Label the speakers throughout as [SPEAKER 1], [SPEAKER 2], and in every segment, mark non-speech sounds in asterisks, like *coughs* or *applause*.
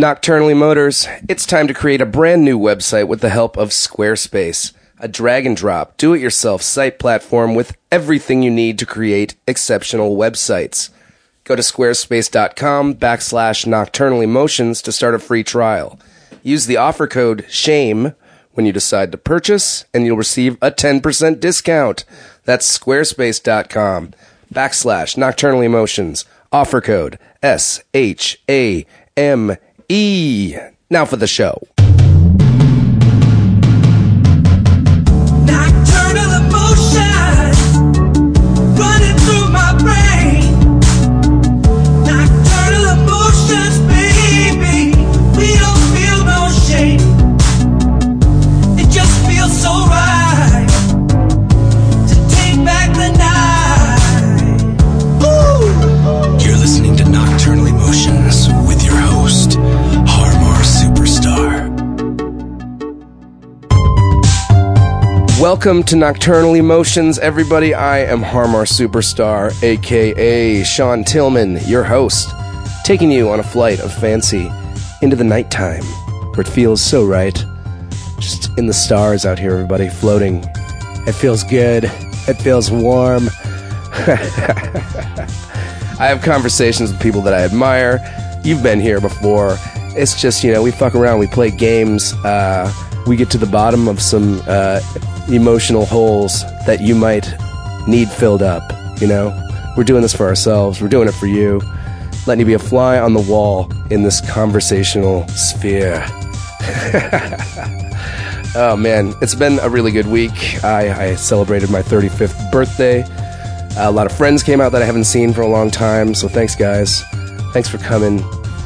[SPEAKER 1] Nocturnally Motors, it's time to create a brand new website with the help of Squarespace, a drag and drop, do it yourself site platform with everything you need to create exceptional websites. Go to squarespace.com backslash nocturnally motions to start a free trial. Use the offer code SHAME when you decide to purchase, and you'll receive a 10% discount. That's squarespace.com backslash nocturnally motions. Offer code S H A M E. Now for the show.
[SPEAKER 2] Nocturnal emotions running through my brain. Nocturnal emotions, baby, we don't feel no shame. It just feels so right to take back the night.
[SPEAKER 3] You're listening to Nocturnal Emotions with your host, Harmar Superstar.
[SPEAKER 1] Welcome to Nocturnal Emotions, everybody. I am Harmar Superstar, aka Sean Tillman, your host, taking you on a flight of fancy into the nighttime where it feels so right. Just in the stars out here, everybody, floating. It feels good. It feels warm. I have conversations with people that I admire. You've been here before. It's just, you know, we fuck around, we play games, uh, we get to the bottom of some uh, emotional holes that you might need filled up, you know? We're doing this for ourselves, we're doing it for you. Letting you be a fly on the wall in this conversational sphere. *laughs* oh man, it's been a really good week. I, I celebrated my 35th birthday. A lot of friends came out that I haven't seen for a long time, so thanks, guys. Thanks for coming,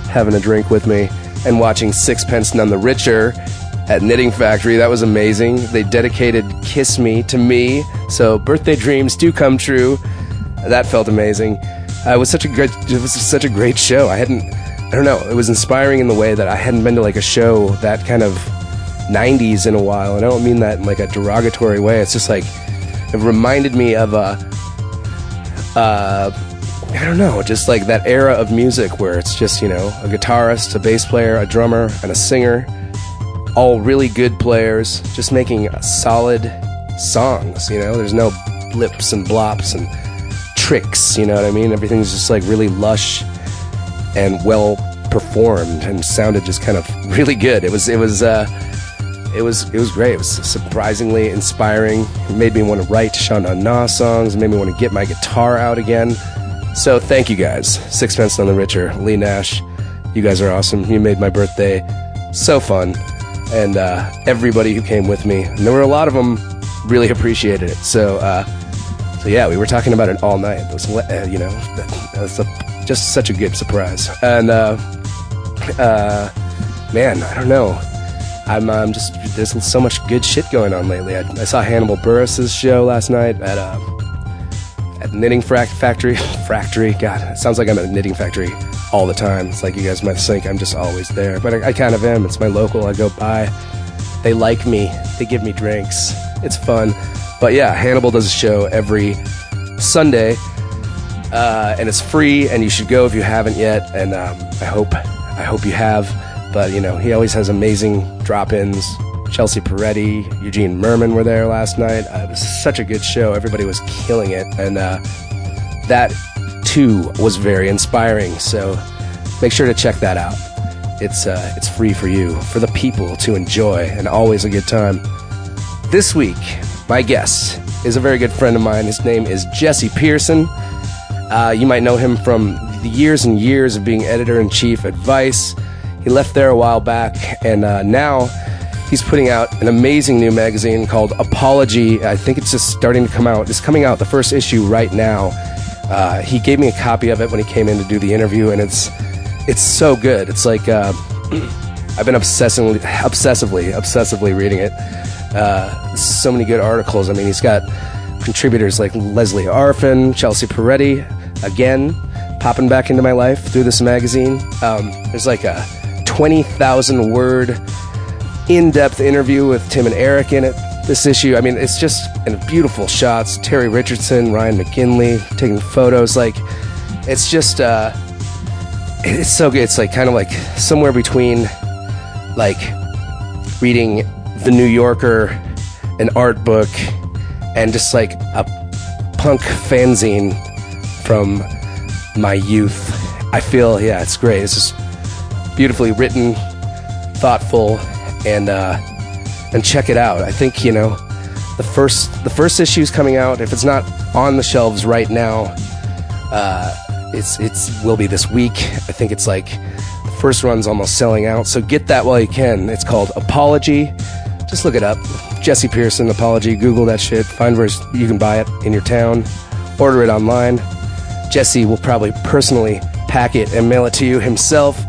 [SPEAKER 1] having a drink with me, and watching Sixpence None the Richer at Knitting Factory. That was amazing. They dedicated Kiss Me to me, so birthday dreams do come true. That felt amazing. Uh, it was such a great, it was such a great show. I hadn't, I don't know, it was inspiring in the way that I hadn't been to like a show that kind of 90s in a while, and I don't mean that in like a derogatory way. It's just like it reminded me of a I don't know, just like that era of music where it's just, you know, a guitarist, a bass player, a drummer, and a singer, all really good players, just making solid songs, you know? There's no blips and blops and tricks, you know what I mean? Everything's just like really lush and well performed and sounded just kind of *laughs* really good. It was, it was, uh, it was it was great. It was surprisingly inspiring. It made me want to write Shana Na songs. It made me want to get my guitar out again. So thank you guys. Sixpence None the Richer, Lee Nash. You guys are awesome. You made my birthday so fun. And uh, everybody who came with me, and there were a lot of them, really appreciated it. So, uh, so yeah, we were talking about it all night. It was, uh, you know, *laughs* that's a, just such a good surprise. And uh, uh, man, I don't know. I'm, I'm just there's so much good shit going on lately. I, I saw Hannibal Burris's show last night at uh, at Knitting Frac Factory. *laughs* Factory, God, it sounds like I'm at a knitting factory all the time. It's like you guys might think I'm just always there, but I, I kind of am. It's my local. I go by. They like me. They give me drinks. It's fun. But yeah, Hannibal does a show every Sunday uh, and it's free, and you should go if you haven't yet. And um, I hope, I hope you have. But you know, he always has amazing drop-ins. Chelsea Peretti, Eugene Merman were there last night. Uh, it was such a good show. Everybody was killing it, and uh, that too was very inspiring. So make sure to check that out. It's uh, it's free for you, for the people to enjoy, and always a good time. This week, my guest is a very good friend of mine. His name is Jesse Pearson. Uh, you might know him from the years and years of being editor in chief at Vice. He left there a while back, and uh, now he's putting out an amazing new magazine called Apology. I think it's just starting to come out. It's coming out the first issue right now. Uh, he gave me a copy of it when he came in to do the interview, and it's it's so good. It's like uh, *clears throat* I've been obsessively, obsessively, obsessively reading it. Uh, so many good articles. I mean, he's got contributors like Leslie Arfin, Chelsea Peretti, again, popping back into my life through this magazine. Um, there's like a 20,000 word in depth interview with Tim and Eric in it. This issue, I mean, it's just and beautiful shots. Terry Richardson, Ryan McKinley taking photos. Like, it's just, uh, it's so good. It's like kind of like somewhere between like reading The New Yorker, an art book, and just like a punk fanzine from my youth. I feel yeah, it's great. It's just beautifully written, thoughtful, and uh, and check it out. I think you know the first the first issue is coming out. If it's not on the shelves right now, it's it's will be this week. I think it's like the first run's almost selling out, so get that while you can. It's called Apology. Just look it up. Jesse Pearson Apology. Google that shit. Find where you can buy it in your town. Order it online. Jesse will probably personally pack it and mail it to you himself,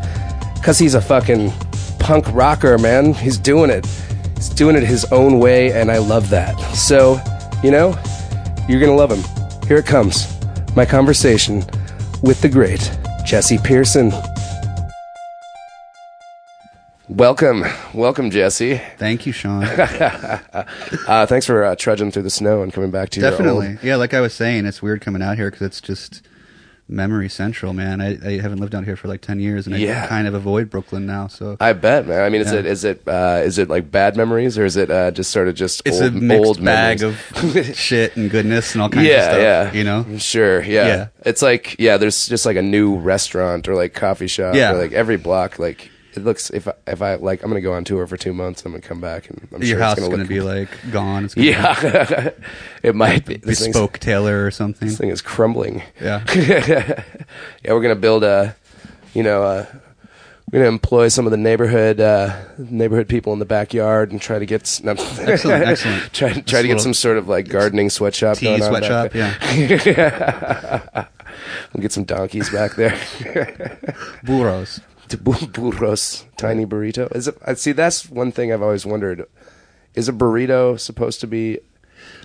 [SPEAKER 1] cause he's a fucking punk rocker, man. He's doing it. He's doing it his own way, and I love that. So, you know, you're gonna love him. Here it comes. My conversation with the great Jesse Pearson. Welcome, welcome, Jesse.
[SPEAKER 4] Thank
[SPEAKER 1] *laughs*
[SPEAKER 4] you, Sean.
[SPEAKER 1] Uh, thanks for uh, trudging through the snow and coming back to your
[SPEAKER 4] Definitely.
[SPEAKER 1] old.
[SPEAKER 4] Yeah, like I was saying, it's weird coming out here because it's just memory central, man. I, I haven't lived out here for like 10 years and I
[SPEAKER 1] Yeah.
[SPEAKER 4] kind of avoid Brooklyn now. So
[SPEAKER 1] I bet, man. I mean, is
[SPEAKER 4] Yeah.
[SPEAKER 1] it is it uh, is it like bad memories or is it uh, just sort of just
[SPEAKER 4] it's
[SPEAKER 1] old,
[SPEAKER 4] a mixed
[SPEAKER 1] old
[SPEAKER 4] bag
[SPEAKER 1] memories? *laughs*
[SPEAKER 4] of shit and goodness and all kinds
[SPEAKER 1] yeah,
[SPEAKER 4] of stuff.
[SPEAKER 1] yeah.
[SPEAKER 4] You know?
[SPEAKER 1] sure, yeah.
[SPEAKER 4] Yeah.
[SPEAKER 1] It's like yeah, there's just like a new restaurant or like coffee shop
[SPEAKER 4] Yeah.
[SPEAKER 1] or like every block. Like it looks if I, if I like I'm gonna go on tour for two months. I'm gonna come back and I'm
[SPEAKER 4] Your
[SPEAKER 1] sure
[SPEAKER 4] house
[SPEAKER 1] it's
[SPEAKER 4] is
[SPEAKER 1] gonna
[SPEAKER 4] going to
[SPEAKER 1] look
[SPEAKER 4] be like gone. It's gonna
[SPEAKER 1] yeah. *laughs* it might be
[SPEAKER 4] be
[SPEAKER 1] This thing's-
[SPEAKER 4] bespoke tailor or something.
[SPEAKER 1] This thing is crumbling.
[SPEAKER 4] Yeah.
[SPEAKER 1] *laughs* Yeah, we're gonna build a, you know, uh we're gonna employ some of the neighborhood uh, neighborhood people in the backyard and try to get s- no,
[SPEAKER 4] Excellent,
[SPEAKER 1] *laughs*
[SPEAKER 4] excellent.
[SPEAKER 1] try try
[SPEAKER 4] Just
[SPEAKER 1] to get
[SPEAKER 4] little
[SPEAKER 1] some sort of like gardening sweatshop
[SPEAKER 4] Tea
[SPEAKER 1] going on back
[SPEAKER 4] sweatshop.
[SPEAKER 1] there. *laughs*
[SPEAKER 4] Yeah.
[SPEAKER 1] We'll get some donkeys back
[SPEAKER 4] *laughs*
[SPEAKER 1] there. *laughs*
[SPEAKER 4] Burros.
[SPEAKER 1] To bu- Burros, tiny burrito. Is it? I see. That's one thing I've always wondered: is a burrito supposed to be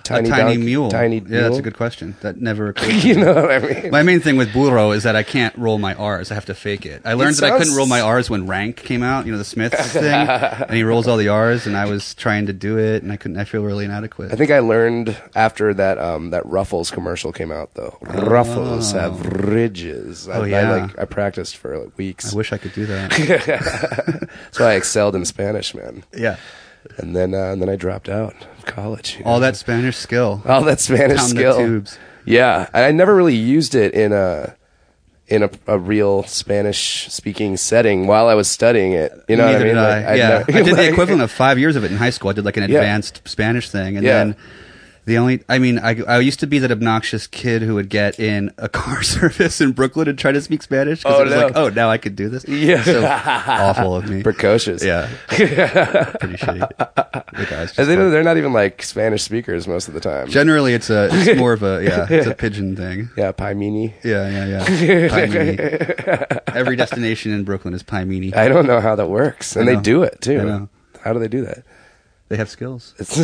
[SPEAKER 1] tiny?
[SPEAKER 4] a tiny
[SPEAKER 1] donk-
[SPEAKER 4] mule.
[SPEAKER 1] Tiny
[SPEAKER 4] yeah, that's
[SPEAKER 1] mule? *laughs*
[SPEAKER 4] a good question. That never occurred. to
[SPEAKER 1] You
[SPEAKER 4] me.
[SPEAKER 1] know what I mean?
[SPEAKER 4] My main thing with burro is that I can't roll my R's. I have to fake it. I learned
[SPEAKER 1] It
[SPEAKER 4] that I couldn't
[SPEAKER 1] sounds-
[SPEAKER 4] roll my R's when Rank came out, you know,
[SPEAKER 1] *laughs*
[SPEAKER 4] the Smiths thing, and he rolls all the R's, and I was trying to do it, and I couldn't. I feel really inadequate.
[SPEAKER 1] I think I learned after that um, that Ruffles commercial came out though. Ruffles have ridges. I,
[SPEAKER 4] Oh,
[SPEAKER 1] I,
[SPEAKER 4] yeah.
[SPEAKER 1] like I practiced for like, weeks,
[SPEAKER 4] I wish I could
[SPEAKER 1] *laughs*
[SPEAKER 4] do that.
[SPEAKER 1] so I excelled in Spanish, man.
[SPEAKER 4] yeah,
[SPEAKER 1] And then uh, and then I dropped out of college. you
[SPEAKER 4] all
[SPEAKER 1] know.
[SPEAKER 4] that Spanish skill.
[SPEAKER 1] *laughs* all that Spanish
[SPEAKER 4] Pound the
[SPEAKER 1] skill.
[SPEAKER 4] tubes.
[SPEAKER 1] Yeah, and I never really used it in a in a, a real Spanish speaking setting while I was studying it. You know
[SPEAKER 4] Neither
[SPEAKER 1] what I mean?
[SPEAKER 4] did I.
[SPEAKER 1] Like, I'd
[SPEAKER 4] yeah,
[SPEAKER 1] never-
[SPEAKER 4] I did the
[SPEAKER 1] *laughs* like-
[SPEAKER 4] equivalent of five years of it in high school. I did like an
[SPEAKER 1] Yeah.
[SPEAKER 4] advanced Spanish thing, and
[SPEAKER 1] Yeah.
[SPEAKER 4] then the only. I mean, I, I used to be that obnoxious kid who would get in a *laughs* car service in Brooklyn and try to speak Spanish because
[SPEAKER 1] Oh,
[SPEAKER 4] it was
[SPEAKER 1] no.
[SPEAKER 4] like, oh, now I could do this.
[SPEAKER 1] Yeah.
[SPEAKER 4] so awful of
[SPEAKER 1] *laughs*
[SPEAKER 4] me.
[SPEAKER 1] Precocious.
[SPEAKER 4] Yeah, pretty shitty. *laughs* The guys.
[SPEAKER 1] And
[SPEAKER 4] Just
[SPEAKER 1] they,
[SPEAKER 4] like-
[SPEAKER 1] they're not even like Spanish speakers most of the time.
[SPEAKER 4] *laughs* generally, it's a
[SPEAKER 1] *laughs*
[SPEAKER 4] it's more of a yeah, it's a pigeon thing.
[SPEAKER 1] yeah, Paimini.
[SPEAKER 4] Yeah, yeah, yeah. Paimini.
[SPEAKER 1] *laughs*
[SPEAKER 4] Every destination in Brooklyn is Paimini.
[SPEAKER 1] I don't know how that works, and
[SPEAKER 4] I
[SPEAKER 1] they
[SPEAKER 4] know.
[SPEAKER 1] do it too.
[SPEAKER 4] I know.
[SPEAKER 1] How do they do that?
[SPEAKER 4] They have skills.
[SPEAKER 1] *laughs* It's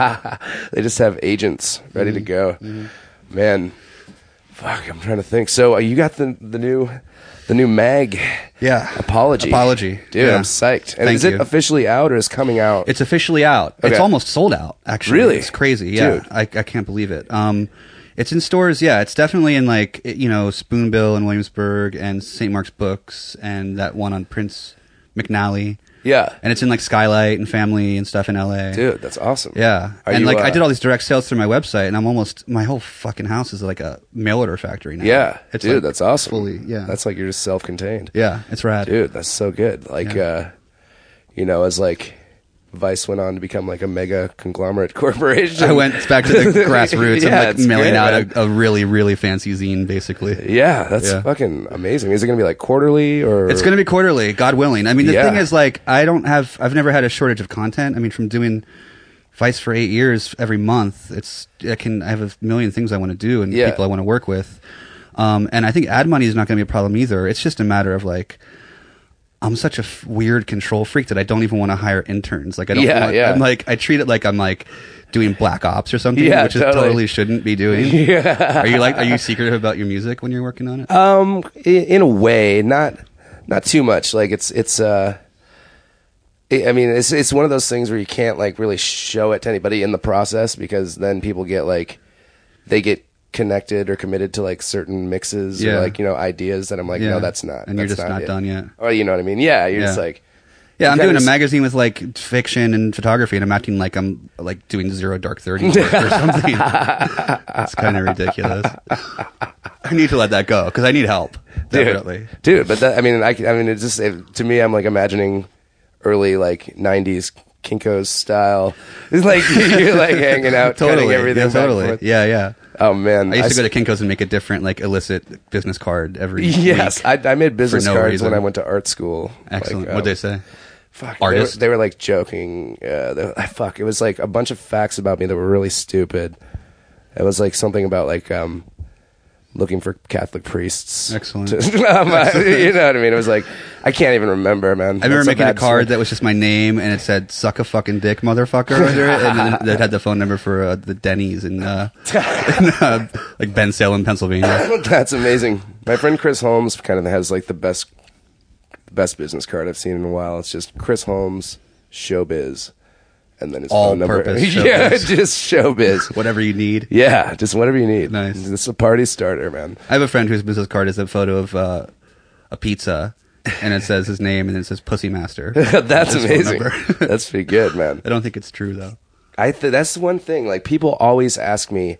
[SPEAKER 1] they just have agents ready
[SPEAKER 4] Mm-hmm.
[SPEAKER 1] to go. Man, fuck, I'm trying to think. So uh, you got the the new the new mag
[SPEAKER 4] Yeah.
[SPEAKER 1] apology
[SPEAKER 4] Apology.
[SPEAKER 1] dude.
[SPEAKER 4] Yeah.
[SPEAKER 1] I'm psyched. And
[SPEAKER 4] Thank
[SPEAKER 1] is it
[SPEAKER 4] you.
[SPEAKER 1] officially out or is coming out?
[SPEAKER 4] It's officially out.
[SPEAKER 1] Okay.
[SPEAKER 4] It's almost sold out. Actually,
[SPEAKER 1] Really?
[SPEAKER 4] it's crazy. Yeah,
[SPEAKER 1] Dude.
[SPEAKER 4] I, I can't believe it. Um, it's in stores. Yeah, it's definitely in like it- you know Spoonbill and Williamsburg and St. Mark's Books and that one on Prince McNally.
[SPEAKER 1] yeah,
[SPEAKER 4] And it's in like Skylight and Family and stuff in LA.
[SPEAKER 1] dude, that's awesome.
[SPEAKER 4] Yeah,
[SPEAKER 1] Are
[SPEAKER 4] and
[SPEAKER 1] you,
[SPEAKER 4] like
[SPEAKER 1] uh,
[SPEAKER 4] I did all these direct sales through my website, and I'm almost my whole fucking house is like a mail order factory now.
[SPEAKER 1] Yeah, dude,
[SPEAKER 4] like,
[SPEAKER 1] that's awesome.
[SPEAKER 4] Fully, yeah,
[SPEAKER 1] that's like you're just self-contained.
[SPEAKER 4] yeah, it's rad.
[SPEAKER 1] dude that's so good like
[SPEAKER 4] Yeah.
[SPEAKER 1] uh you know as like vice went on to become like a mega conglomerate *laughs* corporation
[SPEAKER 4] I went back to
[SPEAKER 1] *laughs*
[SPEAKER 4] the grassroots
[SPEAKER 1] Yeah,
[SPEAKER 4] and
[SPEAKER 1] it's
[SPEAKER 4] like mailing
[SPEAKER 1] good, man.
[SPEAKER 4] out a, a really really fancy zine, basically.
[SPEAKER 1] yeah that's
[SPEAKER 4] Yeah.
[SPEAKER 1] fucking amazing is it gonna be like quarterly or
[SPEAKER 4] It's going to be quarterly, God willing. I mean, the
[SPEAKER 1] Yeah.
[SPEAKER 4] thing is, like, I don't have, I've never had a shortage of content. I mean, from doing Vice for eight years every month, it's, I can, I have a million things I want to do and
[SPEAKER 1] Yeah.
[SPEAKER 4] people I want to work with. Um, and I think ad money is not going to be a problem either. It's just a matter of like, I'm such a f- weird control freak that I don't even want to hire interns. Like, I don't,
[SPEAKER 1] Yeah,
[SPEAKER 4] want,
[SPEAKER 1] yeah.
[SPEAKER 4] I'm like, I treat it like I'm like doing black ops or something,
[SPEAKER 1] Yeah,
[SPEAKER 4] which is
[SPEAKER 1] totally.
[SPEAKER 4] totally shouldn't be
[SPEAKER 1] *laughs*
[SPEAKER 4] doing. Yeah. Are you like, are you secretive about your music when you're working on it?
[SPEAKER 1] um i- in a way not not too much like it's it's uh I I mean, it's it's one of those things where you can't like really show it to anybody in the process because then people get like they get connected or committed to like certain mixes
[SPEAKER 4] Yeah.
[SPEAKER 1] or like you know ideas that I'm like,
[SPEAKER 4] Yeah.
[SPEAKER 1] no, that's not.
[SPEAKER 4] And you're
[SPEAKER 1] that's
[SPEAKER 4] just not
[SPEAKER 1] it.
[SPEAKER 4] done yet.
[SPEAKER 1] Or you know what I mean? Yeah, you're just
[SPEAKER 4] Yeah.
[SPEAKER 1] like,
[SPEAKER 4] Yeah, I'm
[SPEAKER 1] You
[SPEAKER 4] doing a
[SPEAKER 1] guys-
[SPEAKER 4] magazine with like fiction and photography, and I'm acting like I'm like doing zero dark thirty work
[SPEAKER 1] *laughs*
[SPEAKER 4] or something. That's kind of ridiculous. I need to let that go because I need help. Definitely.
[SPEAKER 1] *laughs* dude, dude. But that, I mean, I, I mean, it's just it, to me, I'm like imagining early like '90s Kinkos style. It's like *laughs* you're like hanging out,
[SPEAKER 4] Totally.
[SPEAKER 1] cutting everything.
[SPEAKER 4] yeah,
[SPEAKER 1] back and
[SPEAKER 4] totally.
[SPEAKER 1] forth.
[SPEAKER 4] Yeah, yeah.
[SPEAKER 1] Oh man,
[SPEAKER 4] I used to
[SPEAKER 1] s-
[SPEAKER 4] go to Kinko's and make a different like illicit business card
[SPEAKER 1] *laughs*
[SPEAKER 4] every
[SPEAKER 1] Yes,
[SPEAKER 4] week.
[SPEAKER 1] I, I made business
[SPEAKER 4] no
[SPEAKER 1] cards
[SPEAKER 4] reason.
[SPEAKER 1] when I went to art school.
[SPEAKER 4] Excellent.
[SPEAKER 1] Like,
[SPEAKER 4] What'd
[SPEAKER 1] um,
[SPEAKER 4] they say?
[SPEAKER 1] Fuck,
[SPEAKER 4] Artist?
[SPEAKER 1] They were, they were like joking. Uh, they were, *laughs* fuck, it was like a bunch of facts about me that were really stupid. It was like something about like um, looking for Catholic priests. *laughs*
[SPEAKER 4] Excellent.
[SPEAKER 1] To- Um,
[SPEAKER 4] *laughs*
[SPEAKER 1] I- you know what I mean? It was like I can't even remember, man.
[SPEAKER 4] I remember making a card that was just my name and it said "suck a fucking dick,
[SPEAKER 1] *laughs*
[SPEAKER 4] motherfucker" under it, and then that had the phone number for uh, the Denny's in, uh, *laughs* in uh, like Ben Salem, Pennsylvania.
[SPEAKER 1] *laughs* That's amazing. My friend Chris Holmes kind of has like the best, best business card I've seen in a while. It's just Chris Holmes, showbiz, and then his
[SPEAKER 4] All
[SPEAKER 1] phone number. *laughs*
[SPEAKER 4] purpose
[SPEAKER 1] yeah,
[SPEAKER 4] showbiz.
[SPEAKER 1] just showbiz.
[SPEAKER 4] Whatever you need.
[SPEAKER 1] Yeah, just whatever you need.
[SPEAKER 4] Nice.
[SPEAKER 1] It's a party starter, man. *laughs*
[SPEAKER 4] I have a friend whose business card is a photo of uh, a pizza, and it says his name and it says
[SPEAKER 1] *laughs*
[SPEAKER 4] "Pussy Master."
[SPEAKER 1] that's
[SPEAKER 4] His phone
[SPEAKER 1] amazing.
[SPEAKER 4] number.
[SPEAKER 1] *laughs* that's pretty good, man.
[SPEAKER 4] I don't think it's true though.
[SPEAKER 1] I th- that's one thing. Like people always ask me,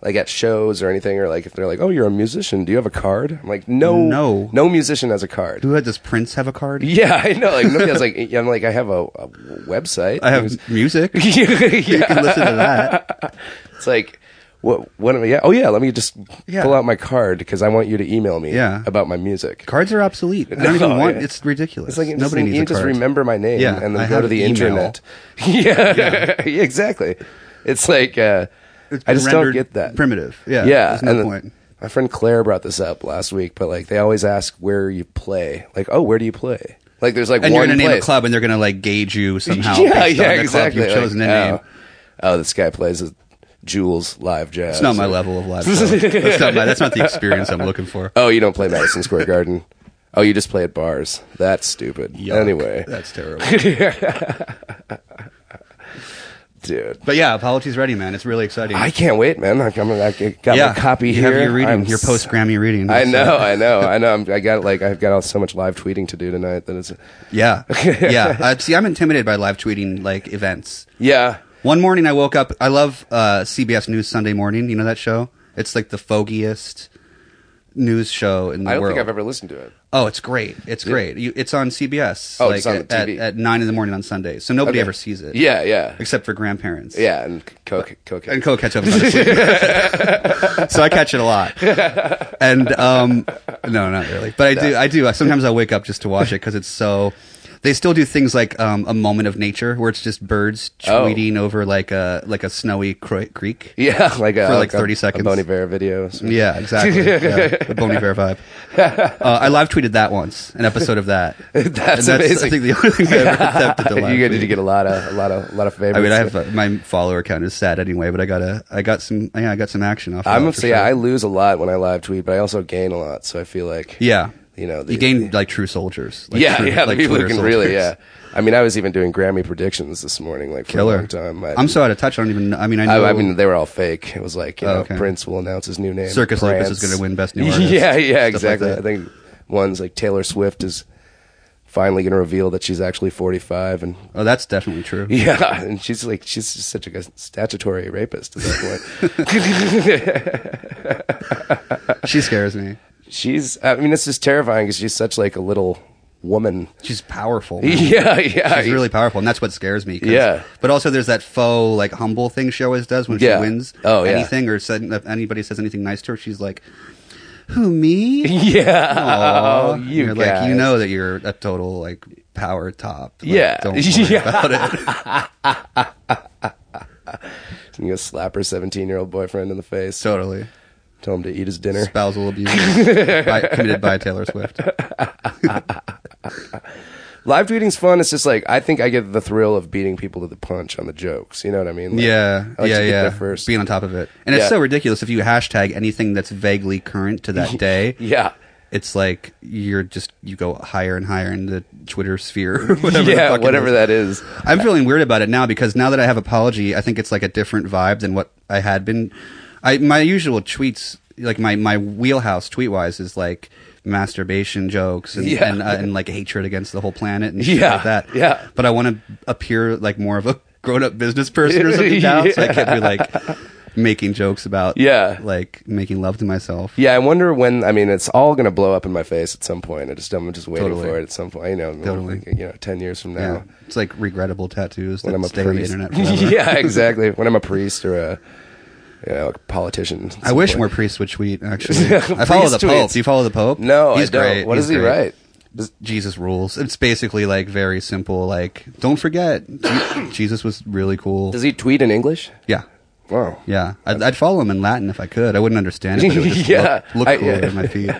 [SPEAKER 1] like at shows or anything, or like if they're like, "Oh, you're a musician. Do you have a card?" I'm like, "No,
[SPEAKER 4] No.
[SPEAKER 1] no musician has a card."
[SPEAKER 4] Who had does Prince have a
[SPEAKER 1] *laughs*
[SPEAKER 4] card?
[SPEAKER 1] Yeah, I know. Like nobody has like. *laughs* I'm like, I have a, a website.
[SPEAKER 4] I *laughs* have music. You
[SPEAKER 1] *laughs* yeah,
[SPEAKER 4] can listen to that.
[SPEAKER 1] it's like. What, what am I, yeah, oh yeah, let me just
[SPEAKER 4] Yeah.
[SPEAKER 1] pull out my card because I want you to email me
[SPEAKER 4] Yeah.
[SPEAKER 1] about my music.
[SPEAKER 4] Cards are obsolete. I don't
[SPEAKER 1] No, *laughs*
[SPEAKER 4] even want.
[SPEAKER 1] Oh, yeah.
[SPEAKER 4] It's ridiculous.
[SPEAKER 1] It's like you
[SPEAKER 4] Nobody
[SPEAKER 1] just,
[SPEAKER 4] needs
[SPEAKER 1] you
[SPEAKER 4] a
[SPEAKER 1] just
[SPEAKER 4] card.
[SPEAKER 1] remember my name
[SPEAKER 4] Yeah,
[SPEAKER 1] and
[SPEAKER 4] I
[SPEAKER 1] then go
[SPEAKER 4] have
[SPEAKER 1] to the
[SPEAKER 4] email.
[SPEAKER 1] internet. *laughs* yeah, yeah, *laughs* exactly. It's like uh,
[SPEAKER 4] It's
[SPEAKER 1] I just
[SPEAKER 4] rendered
[SPEAKER 1] don't get that.
[SPEAKER 4] primitive. Yeah,
[SPEAKER 1] yeah.
[SPEAKER 4] There's no
[SPEAKER 1] and the-
[SPEAKER 4] point.
[SPEAKER 1] My friend Claire brought this up last week, but like they always ask where you play. Like, oh, where do you play? Like, there's like
[SPEAKER 4] and you're
[SPEAKER 1] one
[SPEAKER 4] gonna name a
[SPEAKER 1] place.
[SPEAKER 4] club, and they're gonna like gauge you somehow.
[SPEAKER 1] *laughs* yeah,
[SPEAKER 4] based on
[SPEAKER 1] yeah,
[SPEAKER 4] the
[SPEAKER 1] exactly.
[SPEAKER 4] Club you've
[SPEAKER 1] Like,
[SPEAKER 4] chosen the
[SPEAKER 1] oh,
[SPEAKER 4] name.
[SPEAKER 1] Oh, this guy plays at Jules live jazz.
[SPEAKER 4] It's not my level of life.
[SPEAKER 1] *laughs*
[SPEAKER 4] though. that's, not my, that's not the experience I'm looking for.
[SPEAKER 1] Oh, you don't play Madison Square Garden. Oh, you just play at bars. That's stupid.
[SPEAKER 4] Yuck.
[SPEAKER 1] Anyway,
[SPEAKER 4] that's terrible.
[SPEAKER 1] dude.
[SPEAKER 4] But yeah, apologies ready, man. It's really exciting.
[SPEAKER 1] I can't wait, man. Like, I'm, I got
[SPEAKER 4] yeah,
[SPEAKER 1] my copy
[SPEAKER 4] you
[SPEAKER 1] here.
[SPEAKER 4] Have your reading,
[SPEAKER 1] I'm
[SPEAKER 4] your
[SPEAKER 1] s-
[SPEAKER 4] post Grammy reading.
[SPEAKER 1] *laughs* I
[SPEAKER 4] So-
[SPEAKER 1] know, I know, I know. I'm, I got like I've got all, so much live tweeting to do tonight that it's
[SPEAKER 4] *laughs*
[SPEAKER 1] *laughs*
[SPEAKER 4] Yeah, yeah. Uh, see, I'm intimidated by live tweeting like events.
[SPEAKER 1] yeah.
[SPEAKER 4] One morning, I woke up. I love uh, CBS News Sunday Morning. You know that show? It's like the fogiest news show in the
[SPEAKER 1] I don't
[SPEAKER 4] world.
[SPEAKER 1] think I've ever listened to it.
[SPEAKER 4] Oh, it's great! It's great. You, it's on CBS.
[SPEAKER 1] Oh,
[SPEAKER 4] like,
[SPEAKER 1] it's on
[SPEAKER 4] at,
[SPEAKER 1] the TV.
[SPEAKER 4] At, at nine in the morning on Sundays, so nobody
[SPEAKER 1] Okay.
[SPEAKER 4] ever sees it.
[SPEAKER 1] Yeah, yeah,
[SPEAKER 4] except for grandparents.
[SPEAKER 1] yeah, and coke, coke.
[SPEAKER 4] and co catch up. is honestly- *laughs* so I catch it a lot. And um, no, not really, but I do. I do. uh, Sometimes I wake up just to watch it because it's so. They still do things like um, a moment of nature where it's just birds
[SPEAKER 1] Oh.
[SPEAKER 4] tweeting over like a like a snowy cro- creek.
[SPEAKER 1] yeah, *laughs* like a,
[SPEAKER 4] For, like,
[SPEAKER 1] a-
[SPEAKER 4] 30
[SPEAKER 1] a
[SPEAKER 4] seconds.
[SPEAKER 1] Bon Iver video.
[SPEAKER 4] Yeah, exactly. Yeah, the Boney Bear vibe. Uh, I live tweeted that once, an episode of that.
[SPEAKER 1] *laughs* *laughs*
[SPEAKER 4] And
[SPEAKER 1] That's
[SPEAKER 4] I
[SPEAKER 1] amazing.
[SPEAKER 4] think the only thing
[SPEAKER 1] *laughs*
[SPEAKER 4] I ever attempted to live
[SPEAKER 1] you get
[SPEAKER 4] tweet.
[SPEAKER 1] you get a lot of a lot of a lot of favorites.
[SPEAKER 4] *laughs* I mean, I have uh, my follower count is sad anyway, but I got a, I got some, yeah, I got some action off.
[SPEAKER 1] I'm
[SPEAKER 4] that for
[SPEAKER 1] so yeah,
[SPEAKER 4] sure.
[SPEAKER 1] I lose a lot when I live tweet, but I also gain a lot. So I feel like
[SPEAKER 4] yeah,
[SPEAKER 1] you know, the-
[SPEAKER 4] you gain like true soldiers. Like,
[SPEAKER 1] yeah,
[SPEAKER 4] true,
[SPEAKER 1] yeah, the
[SPEAKER 4] like,
[SPEAKER 1] people who
[SPEAKER 4] Twitter
[SPEAKER 1] can really yeah.
[SPEAKER 4] soldiers.
[SPEAKER 1] I mean, I was even doing Grammy predictions this morning, like for a
[SPEAKER 4] killer.
[SPEAKER 1] long time. I-
[SPEAKER 4] I'm so out of touch. I don't even. know- I mean, I know.
[SPEAKER 1] I, I mean, they were all fake. It was like, you
[SPEAKER 4] Oh,
[SPEAKER 1] know,
[SPEAKER 4] okay.
[SPEAKER 1] Prince will announce his new name.
[SPEAKER 4] Circus Locus is gonna win
[SPEAKER 1] *laughs*
[SPEAKER 4] Best New Artist,
[SPEAKER 1] yeah, yeah,
[SPEAKER 4] stuff like
[SPEAKER 1] exactly.
[SPEAKER 4] that.
[SPEAKER 1] I think one's like Taylor Swift is finally going to reveal that she's actually 45 and *laughs*
[SPEAKER 4] oh, that's definitely true.
[SPEAKER 1] yeah and she's like she's just such a statutory rapist at that point
[SPEAKER 4] *laughs* She scares me.
[SPEAKER 1] she's i mean it's just terrifying because she's such like a little
[SPEAKER 4] *laughs*
[SPEAKER 1] woman
[SPEAKER 4] She's powerful. man.
[SPEAKER 1] yeah yeah
[SPEAKER 4] She's *laughs* really powerful, and that's what scares me. 'cause-
[SPEAKER 1] Yeah.
[SPEAKER 4] But also, there's that faux, like humble thing she always does when
[SPEAKER 1] Yeah.
[SPEAKER 4] she wins
[SPEAKER 1] Oh, yeah.
[SPEAKER 4] anything or said, if anybody says anything nice to her, she's like, "Who
[SPEAKER 1] *laughs*
[SPEAKER 4] me?"
[SPEAKER 1] yeah
[SPEAKER 4] Aw.
[SPEAKER 1] oh,
[SPEAKER 4] And
[SPEAKER 1] you
[SPEAKER 4] you're like, you
[SPEAKER 1] guys.
[SPEAKER 4] know that you're a total like power top. Like,
[SPEAKER 1] Yeah.
[SPEAKER 4] Don't worry
[SPEAKER 1] *laughs* Yeah.
[SPEAKER 4] about it. *laughs*
[SPEAKER 1] you go slap her 17 year old boyfriend in the face
[SPEAKER 4] totally.
[SPEAKER 1] tell him to eat his dinner *laughs*
[SPEAKER 4] Spousal abuse by, committed by Taylor Swift.
[SPEAKER 1] live tweeting's fun. It's just like I think I get the thrill of beating people to the punch on the jokes. You know what I mean? Like,
[SPEAKER 4] Yeah,
[SPEAKER 1] I like
[SPEAKER 4] yeah,
[SPEAKER 1] to get
[SPEAKER 4] yeah.
[SPEAKER 1] there first.
[SPEAKER 4] Being on top of it, and it's
[SPEAKER 1] Yeah.
[SPEAKER 4] so ridiculous if you hashtag anything that's vaguely current
[SPEAKER 1] *laughs*
[SPEAKER 4] to that day.
[SPEAKER 1] *laughs* yeah,
[SPEAKER 4] It's like you're just you go higher and higher in the Twitter sphere, *laughs* *laughs* whatever. the
[SPEAKER 1] yeah,
[SPEAKER 4] fuck it
[SPEAKER 1] whatever
[SPEAKER 4] is.
[SPEAKER 1] that is.
[SPEAKER 4] I'm feeling weird about it now because now that I have apology, I think it's like a different vibe than what I had been. I my usual tweets, like my my wheelhouse tweet wise, is like masturbation jokes and
[SPEAKER 1] Yeah.
[SPEAKER 4] and, uh, and like hatred against the whole planet and shit
[SPEAKER 1] Yeah,
[SPEAKER 4] like that.
[SPEAKER 1] yeah.
[SPEAKER 4] But I want to appear like more of a *laughs* grown up business person or
[SPEAKER 1] *laughs*
[SPEAKER 4] something now, so I can't be like making jokes about
[SPEAKER 1] Yeah.
[SPEAKER 4] like making love to myself.
[SPEAKER 1] Yeah, I wonder when. I mean, it's all going to blow up in my face at some point. I just I'm just waiting
[SPEAKER 4] Totally.
[SPEAKER 1] for it at some point. You know,
[SPEAKER 4] Totally.
[SPEAKER 1] like, you know, ten years from now,
[SPEAKER 4] Yeah. It's like regrettable tattoos
[SPEAKER 1] when
[SPEAKER 4] that
[SPEAKER 1] I'm a
[SPEAKER 4] stay on the
[SPEAKER 1] priest. *laughs*
[SPEAKER 4] internet. Forever.
[SPEAKER 1] yeah, exactly. When I'm a priest or a you know, a politician. at
[SPEAKER 4] I
[SPEAKER 1] some
[SPEAKER 4] wish
[SPEAKER 1] point.
[SPEAKER 4] more priests would
[SPEAKER 1] *laughs*
[SPEAKER 4] tweet. Actually, I follow the
[SPEAKER 1] Priest
[SPEAKER 4] Pope.
[SPEAKER 1] tweets.
[SPEAKER 4] Do you follow the Pope?
[SPEAKER 1] No, I don't.
[SPEAKER 4] great.
[SPEAKER 1] What
[SPEAKER 4] He's
[SPEAKER 1] does he
[SPEAKER 4] great.
[SPEAKER 1] write?
[SPEAKER 4] Jesus rules. It's basically like very simple. Like, don't forget, Je- *coughs* Jesus was really cool.
[SPEAKER 1] Does he tweet in English?
[SPEAKER 4] Yeah,
[SPEAKER 1] Wow.
[SPEAKER 4] yeah. I'd, I'd follow him in Latin if I could. I wouldn't understand it. But it would
[SPEAKER 1] *laughs*
[SPEAKER 4] just
[SPEAKER 1] Yeah.
[SPEAKER 4] look,
[SPEAKER 1] I-
[SPEAKER 4] look cooler in
[SPEAKER 1] *laughs*
[SPEAKER 4] my feed.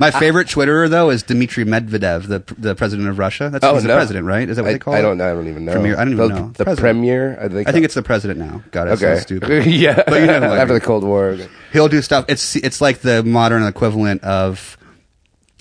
[SPEAKER 4] My favorite Twitterer though is Dmitry Medvedev, the the president of Russia. That's
[SPEAKER 1] Oh,
[SPEAKER 4] he's
[SPEAKER 1] no.
[SPEAKER 4] the president, right? Is that what
[SPEAKER 1] I,
[SPEAKER 4] they call?
[SPEAKER 1] I
[SPEAKER 4] it?
[SPEAKER 1] don't know. I don't even know.
[SPEAKER 4] Premier- I don't even
[SPEAKER 1] the,
[SPEAKER 4] know.
[SPEAKER 1] The
[SPEAKER 4] President.
[SPEAKER 1] premier. I think.
[SPEAKER 4] I think it's the president now. God, it's
[SPEAKER 1] okay.
[SPEAKER 4] so
[SPEAKER 1] *laughs*
[SPEAKER 4] stupid.
[SPEAKER 1] yeah.
[SPEAKER 4] but you know, who I
[SPEAKER 1] after
[SPEAKER 4] mean.
[SPEAKER 1] the Cold War. okay.
[SPEAKER 4] he'll do stuff. It's it's like the modern equivalent of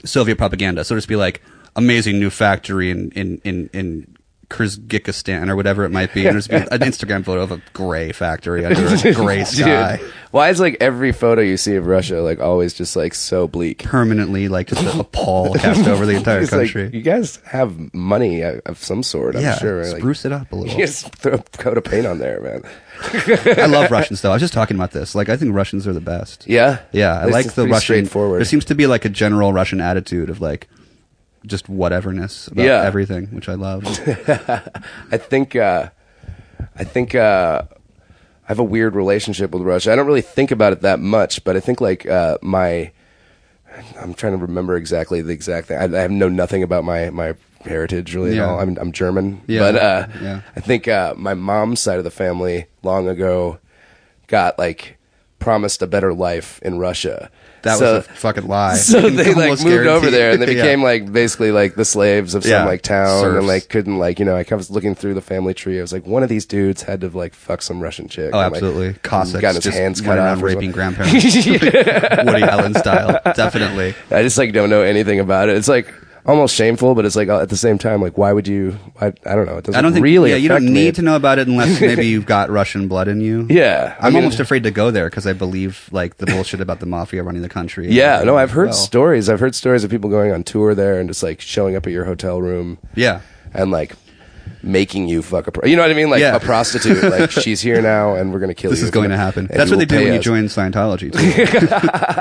[SPEAKER 4] Soviet propaganda. So just be like amazing new factory in in in in Kyrgyzstan or whatever it might be, and just be an Instagram photo of a gray factory under
[SPEAKER 1] *laughs*
[SPEAKER 4] a gray sky.
[SPEAKER 1] Dude, why is like every photo you see of Russia like always just like so bleak?
[SPEAKER 4] Permanently, like *laughs* just a, a
[SPEAKER 1] *laughs*
[SPEAKER 4] pall cast over the entire
[SPEAKER 1] It's like,
[SPEAKER 4] country.
[SPEAKER 1] you guys have money of of some sort, I'm
[SPEAKER 4] yeah,
[SPEAKER 1] sure. right? Like,
[SPEAKER 4] spruce it up a little.
[SPEAKER 1] you *laughs* just throw a coat of paint on there, man.
[SPEAKER 4] I love Russians though. I was just talking about this. Like, I think Russians are the best.
[SPEAKER 1] Yeah,
[SPEAKER 4] Yeah, I
[SPEAKER 1] At least
[SPEAKER 4] like
[SPEAKER 1] it's
[SPEAKER 4] the
[SPEAKER 1] pretty
[SPEAKER 4] Russian.
[SPEAKER 1] straightforward.
[SPEAKER 4] There seems to be like a general Russian attitude of like just whateverness about
[SPEAKER 1] Yeah.
[SPEAKER 4] everything, which I love.
[SPEAKER 1] *laughs* I think uh, I think uh, I have a weird relationship with Russia. I don't really think about it that much, but I think like uh, my I'm trying to remember exactly the exact thing. I, I have know nothing about my my heritage really
[SPEAKER 4] Yeah.
[SPEAKER 1] at all. I'm I'm German,
[SPEAKER 4] Yeah.
[SPEAKER 1] but uh,
[SPEAKER 4] Yeah.
[SPEAKER 1] I think uh, my mom's side of the family long ago got like promised a better life in Russia.
[SPEAKER 4] That
[SPEAKER 1] So-
[SPEAKER 4] was a fucking
[SPEAKER 1] *laughs*
[SPEAKER 4] lie.
[SPEAKER 1] so
[SPEAKER 4] You can *laughs*
[SPEAKER 1] they like
[SPEAKER 4] almost
[SPEAKER 1] moved
[SPEAKER 4] guarantee
[SPEAKER 1] over there and they
[SPEAKER 4] it. *laughs* Yeah.
[SPEAKER 1] became like basically like the slaves of some
[SPEAKER 4] Yeah.
[SPEAKER 1] like town and
[SPEAKER 4] Serfs.
[SPEAKER 1] like couldn't like you know like I was looking through the family tree I was like one of these dudes had to like fuck some Russian chick
[SPEAKER 4] Oh,
[SPEAKER 1] and, like,
[SPEAKER 4] absolutely. Cossacks
[SPEAKER 1] got his
[SPEAKER 4] just
[SPEAKER 1] hands cut
[SPEAKER 4] running around
[SPEAKER 1] off or
[SPEAKER 4] raping
[SPEAKER 1] something. *laughs*
[SPEAKER 4] grandparents. *laughs* Woody Allen style. Definitely.
[SPEAKER 1] I just like don't know anything about it it's like almost shameful but it's like at the same time like why would you I, I don't know it doesn't
[SPEAKER 4] I don't think
[SPEAKER 1] really
[SPEAKER 4] yeah, you
[SPEAKER 1] affect
[SPEAKER 4] don't
[SPEAKER 1] me.
[SPEAKER 4] need to know about
[SPEAKER 1] *laughs*
[SPEAKER 4] it unless maybe you've got Russian blood in you.
[SPEAKER 1] Yeah, I
[SPEAKER 4] I'm
[SPEAKER 1] mean-
[SPEAKER 4] almost afraid to go there because I believe like the bullshit about the mafia running the country. and
[SPEAKER 1] yeah
[SPEAKER 4] everything
[SPEAKER 1] no
[SPEAKER 4] as
[SPEAKER 1] I've heard
[SPEAKER 4] well.
[SPEAKER 1] stories I've heard stories of people going on tour there and just like showing up at your hotel room
[SPEAKER 4] Yeah.
[SPEAKER 1] and like making you fuck a pro- you know what I mean like
[SPEAKER 4] Yeah.
[SPEAKER 1] a prostitute
[SPEAKER 4] *laughs*
[SPEAKER 1] like she's here now and we're gonna kill
[SPEAKER 4] This
[SPEAKER 1] you
[SPEAKER 4] is going to happen.
[SPEAKER 1] And
[SPEAKER 4] That's
[SPEAKER 1] you
[SPEAKER 4] what they
[SPEAKER 1] will
[SPEAKER 4] do
[SPEAKER 1] pay
[SPEAKER 4] when you
[SPEAKER 1] us. Ah,
[SPEAKER 4] join Scientology.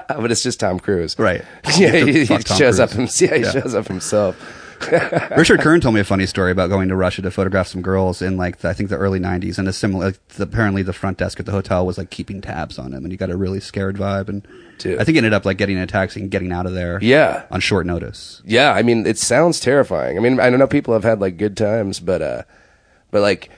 [SPEAKER 4] Too.
[SPEAKER 1] but it's just Tom Cruise
[SPEAKER 4] right.
[SPEAKER 1] *laughs* yeah
[SPEAKER 4] You have to
[SPEAKER 1] he, he
[SPEAKER 4] fuck Tom
[SPEAKER 1] shows up
[SPEAKER 4] Cruise.
[SPEAKER 1] himself *laughs* yeah he
[SPEAKER 4] Yeah.
[SPEAKER 1] shows up himself
[SPEAKER 4] *laughs* Richard Kern told me a funny story about going to Russia to photograph some girls in like the, I think the early '90s, and a similar. Like, the, apparently, the front desk at the hotel was like keeping tabs on him, and he got a really scared vibe. And
[SPEAKER 1] Dude.
[SPEAKER 4] I think he ended up like getting in a taxi and getting out of there.
[SPEAKER 1] Yeah.
[SPEAKER 4] on short notice.
[SPEAKER 1] yeah I mean it sounds terrifying I mean I don't know people have had like good times but uh but like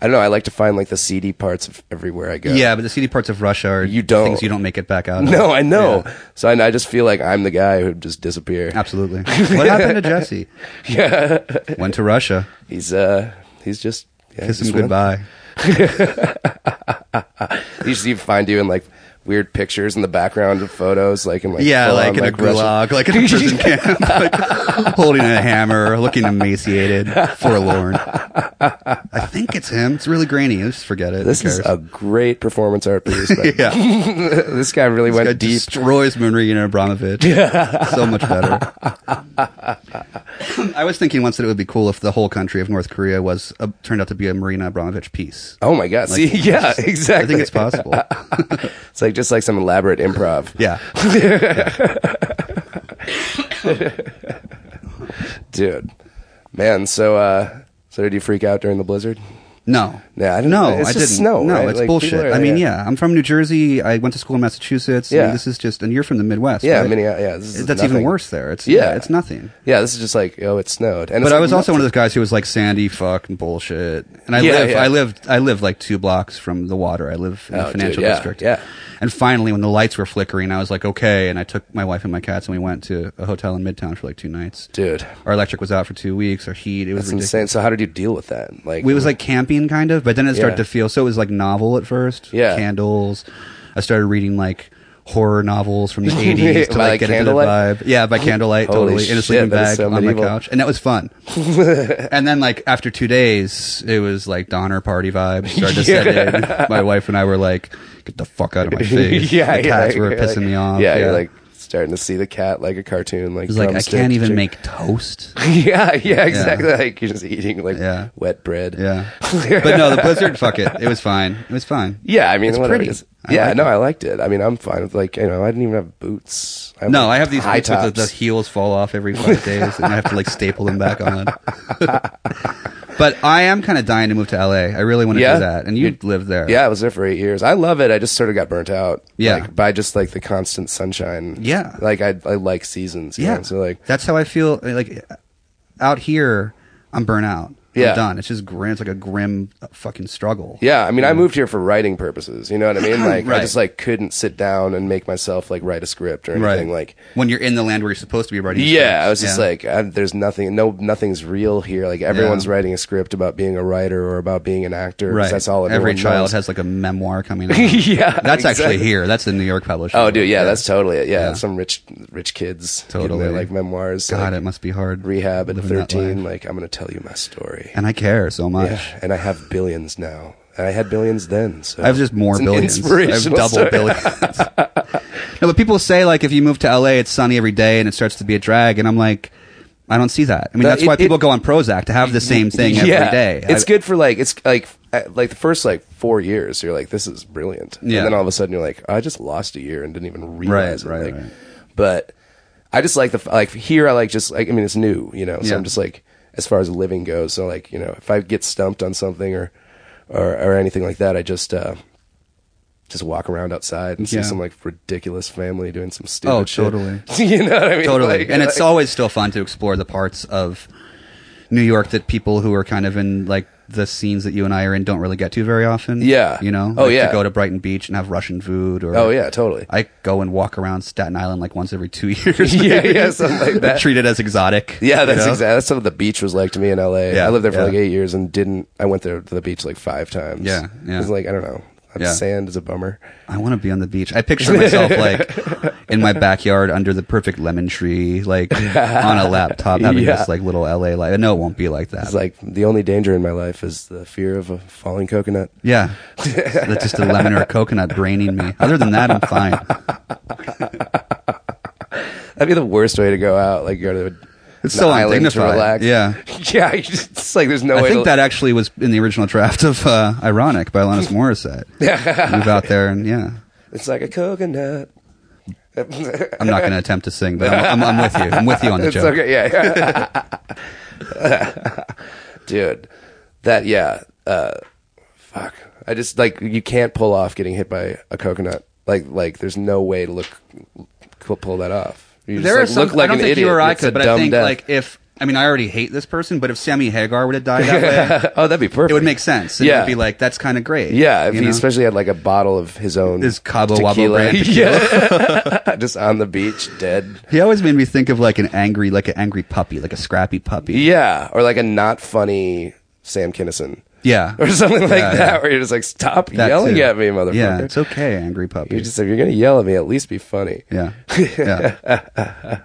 [SPEAKER 1] I don't know I like to find like the seedy parts of everywhere I go
[SPEAKER 4] Yeah, but the seedy parts of Russia are
[SPEAKER 1] You don't.
[SPEAKER 4] things you don't make it back out. of.
[SPEAKER 1] *laughs* no I know
[SPEAKER 4] Yeah.
[SPEAKER 1] so I, I just feel like I'm the guy who just disappear
[SPEAKER 4] absolutely. What happened
[SPEAKER 1] *laughs*
[SPEAKER 4] to Jesse? Yeah, went to Russia.
[SPEAKER 1] he's uh he's just yeah,
[SPEAKER 4] Kiss
[SPEAKER 1] just
[SPEAKER 4] him
[SPEAKER 1] went-
[SPEAKER 4] goodbye.
[SPEAKER 1] He just you find you in like weird pictures in the background of photos, like in like
[SPEAKER 4] Yeah,
[SPEAKER 1] full on,
[SPEAKER 4] like in a
[SPEAKER 1] Russian-
[SPEAKER 4] gulag, like in a
[SPEAKER 1] *laughs*
[SPEAKER 4] prison camp, like, holding a hammer, looking emaciated, forlorn. I think it's him. It's really grainy. Just forget it. Who
[SPEAKER 1] This is
[SPEAKER 4] cares?
[SPEAKER 1] a great performance art piece. but
[SPEAKER 4] *laughs* yeah.
[SPEAKER 1] *laughs*
[SPEAKER 4] This
[SPEAKER 1] this guy really
[SPEAKER 4] guy
[SPEAKER 1] went deep.
[SPEAKER 4] destroys Moonraker and Abramovich. so much better. *laughs* I was thinking once that it would be cool if the whole country of North Korea was uh turned out to be a Marina Abramovich piece.
[SPEAKER 1] Oh my god! See, *laughs* yeah, exactly.
[SPEAKER 4] I think it's possible.
[SPEAKER 1] *laughs* It's like just like some elaborate improv.
[SPEAKER 4] yeah.
[SPEAKER 1] dude, man. So, uh, so did you freak out during the blizzard?
[SPEAKER 4] No.
[SPEAKER 1] Yeah, I didn't-
[SPEAKER 4] no,
[SPEAKER 1] it's
[SPEAKER 4] I
[SPEAKER 1] just
[SPEAKER 4] didn't.
[SPEAKER 1] snow,
[SPEAKER 4] No,
[SPEAKER 1] right?
[SPEAKER 4] it's
[SPEAKER 1] Like,
[SPEAKER 4] bullshit.
[SPEAKER 1] people are-
[SPEAKER 4] I mean,
[SPEAKER 1] yeah.
[SPEAKER 4] yeah, I'm from New Jersey. I went to school in Massachusetts. I mean,
[SPEAKER 1] Yeah.
[SPEAKER 4] this is just, and you're from the Midwest.
[SPEAKER 1] Yeah,
[SPEAKER 4] right?
[SPEAKER 1] Minneapolis- yeah, this is
[SPEAKER 4] that's
[SPEAKER 1] nothing.
[SPEAKER 4] even worse. There, it's
[SPEAKER 1] Yeah.
[SPEAKER 4] yeah, it's nothing.
[SPEAKER 1] Yeah, this is just like oh, it snowed. And
[SPEAKER 4] But
[SPEAKER 1] it's
[SPEAKER 4] I was
[SPEAKER 1] like
[SPEAKER 4] also one of
[SPEAKER 1] nothing.
[SPEAKER 4] those guys who was like Sandy, fuck, and bullshit. And I
[SPEAKER 1] Yeah,
[SPEAKER 4] live,
[SPEAKER 1] yeah.
[SPEAKER 4] I live, I live like two blocks from the water. I live in
[SPEAKER 1] Oh,
[SPEAKER 4] the
[SPEAKER 1] dude,
[SPEAKER 4] financial
[SPEAKER 1] yeah,
[SPEAKER 4] district.
[SPEAKER 1] yeah.
[SPEAKER 4] And finally, when the lights were flickering, I was like, okay. And I took my wife and my cats, and we went to a hotel in Midtown for like two nights.
[SPEAKER 1] dude.
[SPEAKER 4] Our electric was out for two weeks. Our heat, it was
[SPEAKER 1] That's
[SPEAKER 4] ridiculous.
[SPEAKER 1] insane. So how did you deal with that? Like
[SPEAKER 4] we was like camping kind of, but then it started
[SPEAKER 1] Yeah.
[SPEAKER 4] to feel so it was like novel at first.
[SPEAKER 1] Yeah.
[SPEAKER 4] Candles. I started reading like horror novels from the
[SPEAKER 1] *laughs*
[SPEAKER 4] 80s to
[SPEAKER 1] By,
[SPEAKER 4] like,
[SPEAKER 1] like,
[SPEAKER 4] get
[SPEAKER 1] candlelight?
[SPEAKER 4] into the vibe.
[SPEAKER 1] *laughs*
[SPEAKER 4] Yeah, by candlelight,
[SPEAKER 1] Holy
[SPEAKER 4] totally. In a
[SPEAKER 1] shit,
[SPEAKER 4] sleeping
[SPEAKER 1] that is
[SPEAKER 4] bag
[SPEAKER 1] so
[SPEAKER 4] on my
[SPEAKER 1] medieval.
[SPEAKER 4] couch. And that
[SPEAKER 1] *laughs*
[SPEAKER 4] was fun. and then like after two days, it was like Donner party
[SPEAKER 1] *laughs*
[SPEAKER 4] vibes started to set in. My wife and I were like, get the fuck out
[SPEAKER 1] *laughs*
[SPEAKER 4] of my face.
[SPEAKER 1] yeah,
[SPEAKER 4] The
[SPEAKER 1] yeah,
[SPEAKER 4] cats were
[SPEAKER 1] you're
[SPEAKER 4] pissing
[SPEAKER 1] like-
[SPEAKER 4] me off.
[SPEAKER 1] Yeah, you're like starting to see the cat like a cartoon. Like,
[SPEAKER 4] It was like, I
[SPEAKER 1] drumstick
[SPEAKER 4] can't even
[SPEAKER 1] chick-
[SPEAKER 4] make toast.
[SPEAKER 1] *laughs*
[SPEAKER 4] *laughs*
[SPEAKER 1] yeah, yeah, exactly. Like you're just eating like
[SPEAKER 4] Yeah.
[SPEAKER 1] wet bread. *laughs*
[SPEAKER 4] Yeah. but no, the blizzard, fuck it. It was fine. It was fine.
[SPEAKER 1] Yeah, I mean,
[SPEAKER 4] It's
[SPEAKER 1] whatever it
[SPEAKER 4] pretty.
[SPEAKER 1] is.
[SPEAKER 4] I
[SPEAKER 1] yeah,
[SPEAKER 4] like
[SPEAKER 1] no,
[SPEAKER 4] it.
[SPEAKER 1] I liked it. I mean, I'm fine with like you know, I didn't even have boots. I
[SPEAKER 4] No,
[SPEAKER 1] like,
[SPEAKER 4] I have these
[SPEAKER 1] high
[SPEAKER 4] boots with the, the
[SPEAKER 1] tops.
[SPEAKER 4] heels fall off every
[SPEAKER 1] *laughs*
[SPEAKER 4] five days, and I have to like staple them back on. *laughs* but I am kind of dying to move to LA. I really want to
[SPEAKER 1] Yeah?
[SPEAKER 4] do that, and you live there.
[SPEAKER 1] Yeah, I was there for eight years. I love it. I just sort of got burnt out.
[SPEAKER 4] Yeah.
[SPEAKER 1] like, by just like the constant sunshine.
[SPEAKER 4] Yeah.
[SPEAKER 1] like I I like seasons. yeah,
[SPEAKER 4] yeah.
[SPEAKER 1] so like
[SPEAKER 4] that's how I feel. Like out here, I'm burnt out.
[SPEAKER 1] Yeah.
[SPEAKER 4] I'm done. It's just grim. It's like a grim uh, fucking struggle.
[SPEAKER 1] Yeah, I mean, I moved here for writing purposes. You know what I
[SPEAKER 4] *laughs*
[SPEAKER 1] mean? Like, I
[SPEAKER 4] Right.
[SPEAKER 1] just like couldn't sit down and make myself like write a script or
[SPEAKER 4] Right.
[SPEAKER 1] anything. Like,
[SPEAKER 4] when you're in the land where you're supposed to be writing.
[SPEAKER 1] yeah,
[SPEAKER 4] scripts.
[SPEAKER 1] I was just
[SPEAKER 4] Yeah.
[SPEAKER 1] like, I, there's nothing, no, nothing's real here. Like, everyone's
[SPEAKER 4] Yeah.
[SPEAKER 1] writing a script about being a writer or about being an actor. 'cause
[SPEAKER 4] right.
[SPEAKER 1] That's all.
[SPEAKER 4] Every
[SPEAKER 1] everyone
[SPEAKER 4] child
[SPEAKER 1] knows.
[SPEAKER 4] has like a
[SPEAKER 1] *laughs*
[SPEAKER 4] memoir coming. out.
[SPEAKER 1] Yeah,
[SPEAKER 4] that's
[SPEAKER 1] exactly.
[SPEAKER 4] actually here. That's the New York publisher.
[SPEAKER 1] Oh, dude, yeah, that's totally it. Yeah,
[SPEAKER 4] Yeah.
[SPEAKER 1] some rich, rich kids. Totally.
[SPEAKER 4] Totally.
[SPEAKER 1] like memoirs.
[SPEAKER 4] God,
[SPEAKER 1] like,
[SPEAKER 4] it must be hard.
[SPEAKER 1] Rehab at
[SPEAKER 4] living that
[SPEAKER 1] 13.
[SPEAKER 4] life.
[SPEAKER 1] Like, I'm going to tell you my story.
[SPEAKER 4] and I care so much.
[SPEAKER 1] Yeah, and I have billions now. And I had billions then. So
[SPEAKER 4] I have just more
[SPEAKER 1] it's an
[SPEAKER 4] billions. I have
[SPEAKER 1] inspirational
[SPEAKER 4] double
[SPEAKER 1] story.
[SPEAKER 4] billions.
[SPEAKER 1] *laughs*
[SPEAKER 4] no, but people say like if you move to LA, it's sunny every day and it starts to be a drag, and I'm like, I don't see that. I mean,
[SPEAKER 1] No,
[SPEAKER 4] that's
[SPEAKER 1] it-
[SPEAKER 4] why people
[SPEAKER 1] it-
[SPEAKER 4] go on Prozac to have the
[SPEAKER 1] *laughs*
[SPEAKER 4] same thing every day.
[SPEAKER 1] It's
[SPEAKER 4] I-
[SPEAKER 1] good for like it's like uh, like the first like four years. You're like, this is brilliant.
[SPEAKER 4] Yeah.
[SPEAKER 1] And then all of a sudden you're like, I just lost a year and didn't even realize
[SPEAKER 4] Right,
[SPEAKER 1] it.
[SPEAKER 4] right,
[SPEAKER 1] Like,
[SPEAKER 4] right.
[SPEAKER 1] But I just like the f- like here. I like just like I mean it's new, you know. So
[SPEAKER 4] Yeah.
[SPEAKER 1] I'm just like as far as living goes. So like you know if I get stumped on something or or or anything like that, I just. uh just walk around outside and see
[SPEAKER 4] Yeah.
[SPEAKER 1] some like ridiculous family doing some stupid
[SPEAKER 4] Oh,
[SPEAKER 1] shit.
[SPEAKER 4] totally.
[SPEAKER 1] *laughs* you know what I mean?
[SPEAKER 4] *laughs* totally.
[SPEAKER 1] Like-
[SPEAKER 4] and it's
[SPEAKER 1] like-
[SPEAKER 4] always still fun to explore the parts of New York that people who are kind of in like the scenes that you and I are in don't really get to very often.
[SPEAKER 1] Yeah.
[SPEAKER 4] You know?
[SPEAKER 1] Oh,
[SPEAKER 4] Like,
[SPEAKER 1] yeah.
[SPEAKER 4] To go to Brighton Beach and have Russian food or
[SPEAKER 1] Oh, yeah, totally.
[SPEAKER 4] I go and walk around Staten Island like once every two *laughs* years.
[SPEAKER 1] Yeah, yeah, something like that.
[SPEAKER 4] Treat it as exotic.
[SPEAKER 1] Yeah, that's
[SPEAKER 4] you know?
[SPEAKER 1] exactly that's what the beach was like to me in LA.
[SPEAKER 4] Yeah,
[SPEAKER 1] I lived there for
[SPEAKER 4] yeah.
[SPEAKER 1] like eight years and didn't. I went there to the beach like five times.
[SPEAKER 4] Yeah, yeah.
[SPEAKER 1] It's like I don't know.
[SPEAKER 4] Yeah.
[SPEAKER 1] Sand is a bummer.
[SPEAKER 4] I want to be on the beach. I picture myself
[SPEAKER 1] *laughs*
[SPEAKER 4] like in my backyard under the perfect lemon
[SPEAKER 1] *laughs*
[SPEAKER 4] tree, like on a laptop, having
[SPEAKER 1] Yeah.
[SPEAKER 4] this like little LA life. I know it won't be like that.
[SPEAKER 1] It's like the only danger in my life is the fear of a falling coconut.
[SPEAKER 4] yeah, that's just a lemon or a coconut braining me. Other than that, I'm fine.
[SPEAKER 1] Oh, That'd be the worst way to go out. Like go to a,
[SPEAKER 4] It's
[SPEAKER 1] an
[SPEAKER 4] so
[SPEAKER 1] island to
[SPEAKER 4] undignified.
[SPEAKER 1] relax.
[SPEAKER 4] Yeah.
[SPEAKER 1] *laughs* yeah. you just- It's like there's no
[SPEAKER 4] I
[SPEAKER 1] way.
[SPEAKER 4] think
[SPEAKER 1] to,
[SPEAKER 4] that actually was in the original draft of uh, "Ironic" by
[SPEAKER 1] *laughs*
[SPEAKER 4] Alanis Morissette. Move out there and yeah.
[SPEAKER 1] It's like a coconut.
[SPEAKER 4] I'm not going to attempt to sing, but I'm, I'm, I'm with you. I'm with you on the
[SPEAKER 1] It's
[SPEAKER 4] joke.
[SPEAKER 1] okay. Yeah. yeah.
[SPEAKER 4] *laughs*
[SPEAKER 1] Dude, that yeah. Uh, fuck. I just like you can't pull off getting hit by a coconut. Like like there's no way to look pull- pull that off. You just,
[SPEAKER 4] there
[SPEAKER 1] like,
[SPEAKER 4] are some.
[SPEAKER 1] look like
[SPEAKER 4] I don't
[SPEAKER 1] an
[SPEAKER 4] think
[SPEAKER 1] idiot.
[SPEAKER 4] you or I
[SPEAKER 1] It's a
[SPEAKER 4] could, but I
[SPEAKER 1] dumb
[SPEAKER 4] think
[SPEAKER 1] death.
[SPEAKER 4] like if I mean I already hate this person, but if Sammy Hagar would have died that
[SPEAKER 1] *laughs*
[SPEAKER 4] way,
[SPEAKER 1] *laughs* oh, that'd be perfect.
[SPEAKER 4] it would make sense.
[SPEAKER 1] Yeah.
[SPEAKER 4] It would be like that's kind of great.
[SPEAKER 1] Yeah, if
[SPEAKER 4] you
[SPEAKER 1] he
[SPEAKER 4] know?
[SPEAKER 1] especially had like a bottle of his own
[SPEAKER 4] His Cabo Wabo
[SPEAKER 1] tequila. *laughs*
[SPEAKER 4] brand
[SPEAKER 1] yeah, *laughs* just on the beach, dead.
[SPEAKER 4] he always made me think of like an angry, like an angry puppy, like a scrappy puppy.
[SPEAKER 1] Yeah, or like a not funny Sam Kinison.
[SPEAKER 4] Yeah.
[SPEAKER 1] or something like
[SPEAKER 4] Yeah,
[SPEAKER 1] that,
[SPEAKER 4] yeah.
[SPEAKER 1] where you're just like, stop
[SPEAKER 4] That
[SPEAKER 1] yelling
[SPEAKER 4] too.
[SPEAKER 1] at me, motherfucker.
[SPEAKER 4] Yeah, it's okay, angry puppy.
[SPEAKER 1] You're just if you're gonna yell at me, at least be funny. *laughs*
[SPEAKER 4] yeah, yeah.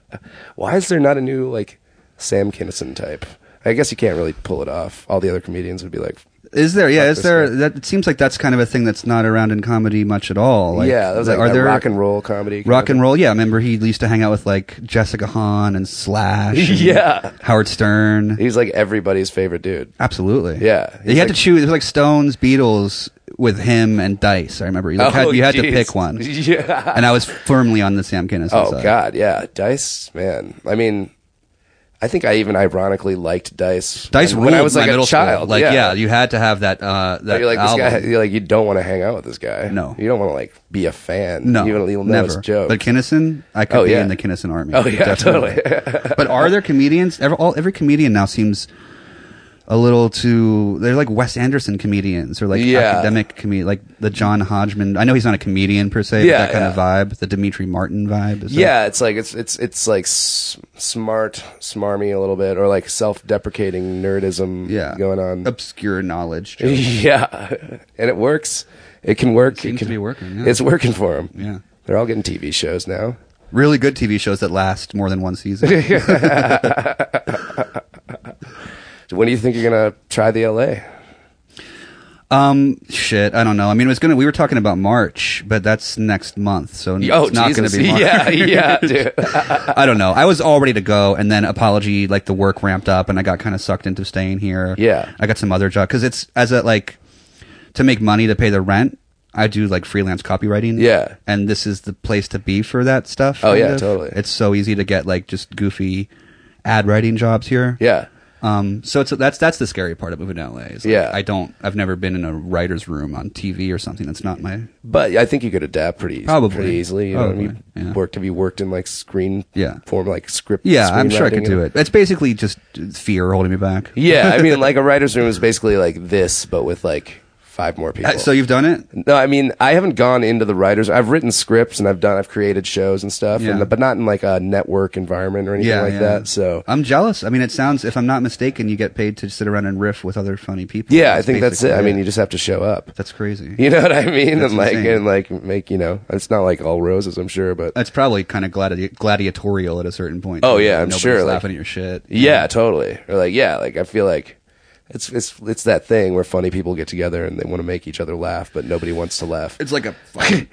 [SPEAKER 1] Why is there not a new like Sam Kinison type? I guess you can't really pull it off. All the other comedians would be like,
[SPEAKER 4] Is there? Yeah, is
[SPEAKER 1] this
[SPEAKER 4] there?
[SPEAKER 1] guy.
[SPEAKER 4] That it seems like that's kind of a thing that's not around in comedy much at all. Like,
[SPEAKER 1] yeah, that was like
[SPEAKER 4] are
[SPEAKER 1] that
[SPEAKER 4] there
[SPEAKER 1] rock and roll comedy. kind
[SPEAKER 4] Rock
[SPEAKER 1] of-
[SPEAKER 4] and roll, yeah. I remember he used to hang out with like Jessica Hahn and Slash,
[SPEAKER 1] *laughs*
[SPEAKER 4] and
[SPEAKER 1] Yeah.
[SPEAKER 4] Howard Stern.
[SPEAKER 1] He's like everybody's favorite dude.
[SPEAKER 4] Absolutely.
[SPEAKER 1] Yeah.
[SPEAKER 4] You
[SPEAKER 1] He's
[SPEAKER 4] had
[SPEAKER 1] like-
[SPEAKER 4] to choose. It was like Stones, Beatles with him and Dice. I remember. You, like, had,
[SPEAKER 1] Oh,
[SPEAKER 4] you had to
[SPEAKER 1] jeez.
[SPEAKER 4] pick one.
[SPEAKER 1] *laughs* Yeah.
[SPEAKER 4] And I was firmly on the Sam Kinison
[SPEAKER 1] Oh
[SPEAKER 4] side.
[SPEAKER 1] God, yeah, Dice, man. I mean, I think I even ironically liked Dice.
[SPEAKER 4] Dice
[SPEAKER 1] when,
[SPEAKER 4] ruled
[SPEAKER 1] when I was
[SPEAKER 4] my
[SPEAKER 1] like
[SPEAKER 4] middle
[SPEAKER 1] a child. Oh,
[SPEAKER 4] School. Like, yeah. you had to have that. Uh, that
[SPEAKER 1] you're like
[SPEAKER 4] album.
[SPEAKER 1] this guy. You're like you don't want to hang out with this guy.
[SPEAKER 4] No.
[SPEAKER 1] you don't want to like be a fan.
[SPEAKER 4] No,
[SPEAKER 1] you, you'll know
[SPEAKER 4] never.
[SPEAKER 1] it's a joke.
[SPEAKER 4] But Kinnison, I could
[SPEAKER 1] Oh,
[SPEAKER 4] be
[SPEAKER 1] yeah.
[SPEAKER 4] in the Kinnison army.
[SPEAKER 1] Oh, yeah, *laughs*
[SPEAKER 4] but are there comedians? Every, all, every comedian now seems a little too. They're like Wes Anderson comedians or like
[SPEAKER 1] Yeah.
[SPEAKER 4] academic comedian, like the John Hodgman. I know he's not a comedian per se,
[SPEAKER 1] Yeah,
[SPEAKER 4] but that kind of
[SPEAKER 1] yeah.
[SPEAKER 4] vibe, the Dimitri Martin vibe. Is that-
[SPEAKER 1] yeah, it's like it's it's it's like s- smart, smarmy a little bit, or like self-deprecating nerdism
[SPEAKER 4] yeah,
[SPEAKER 1] going on. *laughs*
[SPEAKER 4] Obscure knowledge. jokes.
[SPEAKER 1] yeah, and it works. It can work. It,
[SPEAKER 4] seems
[SPEAKER 1] can
[SPEAKER 4] to be working, yeah.
[SPEAKER 1] It's working for him.
[SPEAKER 4] yeah.
[SPEAKER 1] They're all getting TV shows now.
[SPEAKER 4] Really good TV shows that last more than
[SPEAKER 1] *laughs*
[SPEAKER 4] one season.
[SPEAKER 1] So when do you think you're gonna try the LA?
[SPEAKER 4] um, shit, I don't know. I mean, it was gonna. We were talking about March, but that's next month, so it's not
[SPEAKER 1] Oh, Jesus. *laughs*
[SPEAKER 4] gonna be March.
[SPEAKER 1] Yeah, yeah, dude. *laughs*
[SPEAKER 4] I don't know. I was all ready to go, and then apology, like the work ramped up, and I got kind of sucked into staying here.
[SPEAKER 1] Yeah.
[SPEAKER 4] I got some other job because it's as a like to make money to pay the rent. I do like freelance copywriting.
[SPEAKER 1] Yeah.
[SPEAKER 4] and this is the place to be for that stuff.
[SPEAKER 1] Oh,
[SPEAKER 4] kind
[SPEAKER 1] yeah,
[SPEAKER 4] of.
[SPEAKER 1] totally.
[SPEAKER 4] It's so easy to get like just goofy ad writing jobs here.
[SPEAKER 1] Yeah.
[SPEAKER 4] Um. So it's that's that's the scary part of moving to LA. Is like,
[SPEAKER 1] Yeah.
[SPEAKER 4] I don't. I've never been in a writer's room on TV or something. That's not my.
[SPEAKER 1] But I think you could adapt pretty eas-
[SPEAKER 4] Probably.
[SPEAKER 1] pretty easily. You know, what I mean?
[SPEAKER 4] Probably, yeah.
[SPEAKER 1] worked have you worked in like screen
[SPEAKER 4] Yeah.
[SPEAKER 1] form like script?
[SPEAKER 4] Yeah, I'm sure I
[SPEAKER 1] screenwriting
[SPEAKER 4] could do
[SPEAKER 1] and-
[SPEAKER 4] it. It's basically just fear holding me back.
[SPEAKER 1] *laughs* Yeah,
[SPEAKER 4] *laughs*
[SPEAKER 1] I mean, like a writer's room is basically like this, but with like five more people.
[SPEAKER 4] Uh, So you've done it.
[SPEAKER 1] No, I mean, I haven't gone into the writers. I've written scripts and I've done, I've created shows and stuff,
[SPEAKER 4] Yeah.
[SPEAKER 1] and, but not in like a network environment or anything like that. So,
[SPEAKER 4] I'm jealous. I mean, it sounds. If I'm not mistaken, you get paid to sit around and riff with other funny people.
[SPEAKER 1] yeah, I think that's it.
[SPEAKER 4] basically
[SPEAKER 1] I mean, you just have to show up.
[SPEAKER 4] that's crazy.
[SPEAKER 1] *laughs* You know what I mean?
[SPEAKER 4] That's
[SPEAKER 1] and like,
[SPEAKER 4] insane.
[SPEAKER 1] and like, make you know, it's not like all roses, I'm sure, but
[SPEAKER 4] That's probably kind of gladi- gladiatorial at a certain point.
[SPEAKER 1] Oh, yeah, I'm
[SPEAKER 4] Nobody's
[SPEAKER 1] sure, like-
[SPEAKER 4] Laughing at your shit.
[SPEAKER 1] yeah, totally. Or like, yeah, like I feel like it's it's it's that thing where funny people get together and they want to make each other laugh, but nobody wants to laugh.
[SPEAKER 4] it's like a fucking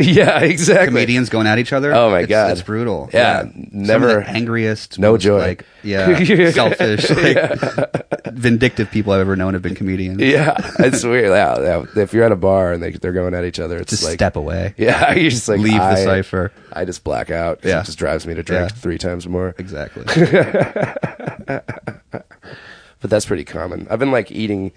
[SPEAKER 1] *laughs* yeah, exactly.
[SPEAKER 4] Comedians going at each other.
[SPEAKER 1] Oh, my
[SPEAKER 4] It's-
[SPEAKER 1] God.
[SPEAKER 4] it's brutal.
[SPEAKER 1] Yeah, never-
[SPEAKER 4] Some of the angriest,
[SPEAKER 1] No
[SPEAKER 4] most,
[SPEAKER 1] joy.
[SPEAKER 4] Like,
[SPEAKER 1] *laughs*
[SPEAKER 4] yeah, selfish, like vindictive people I've ever known have been comedians.
[SPEAKER 1] Yeah, it's weird. Yeah, yeah. if you're at a bar and they they're going at each other, it's
[SPEAKER 4] Just
[SPEAKER 1] like
[SPEAKER 4] step away.
[SPEAKER 1] *laughs* Yeah, you're just like
[SPEAKER 4] Leave the
[SPEAKER 1] I-
[SPEAKER 4] cipher.
[SPEAKER 1] I just black out. 'cause
[SPEAKER 4] Yeah.
[SPEAKER 1] it just drives me to drink
[SPEAKER 4] Yeah.
[SPEAKER 1] three times more.
[SPEAKER 4] Exactly.
[SPEAKER 1] *laughs* But that's pretty common. I've been like eating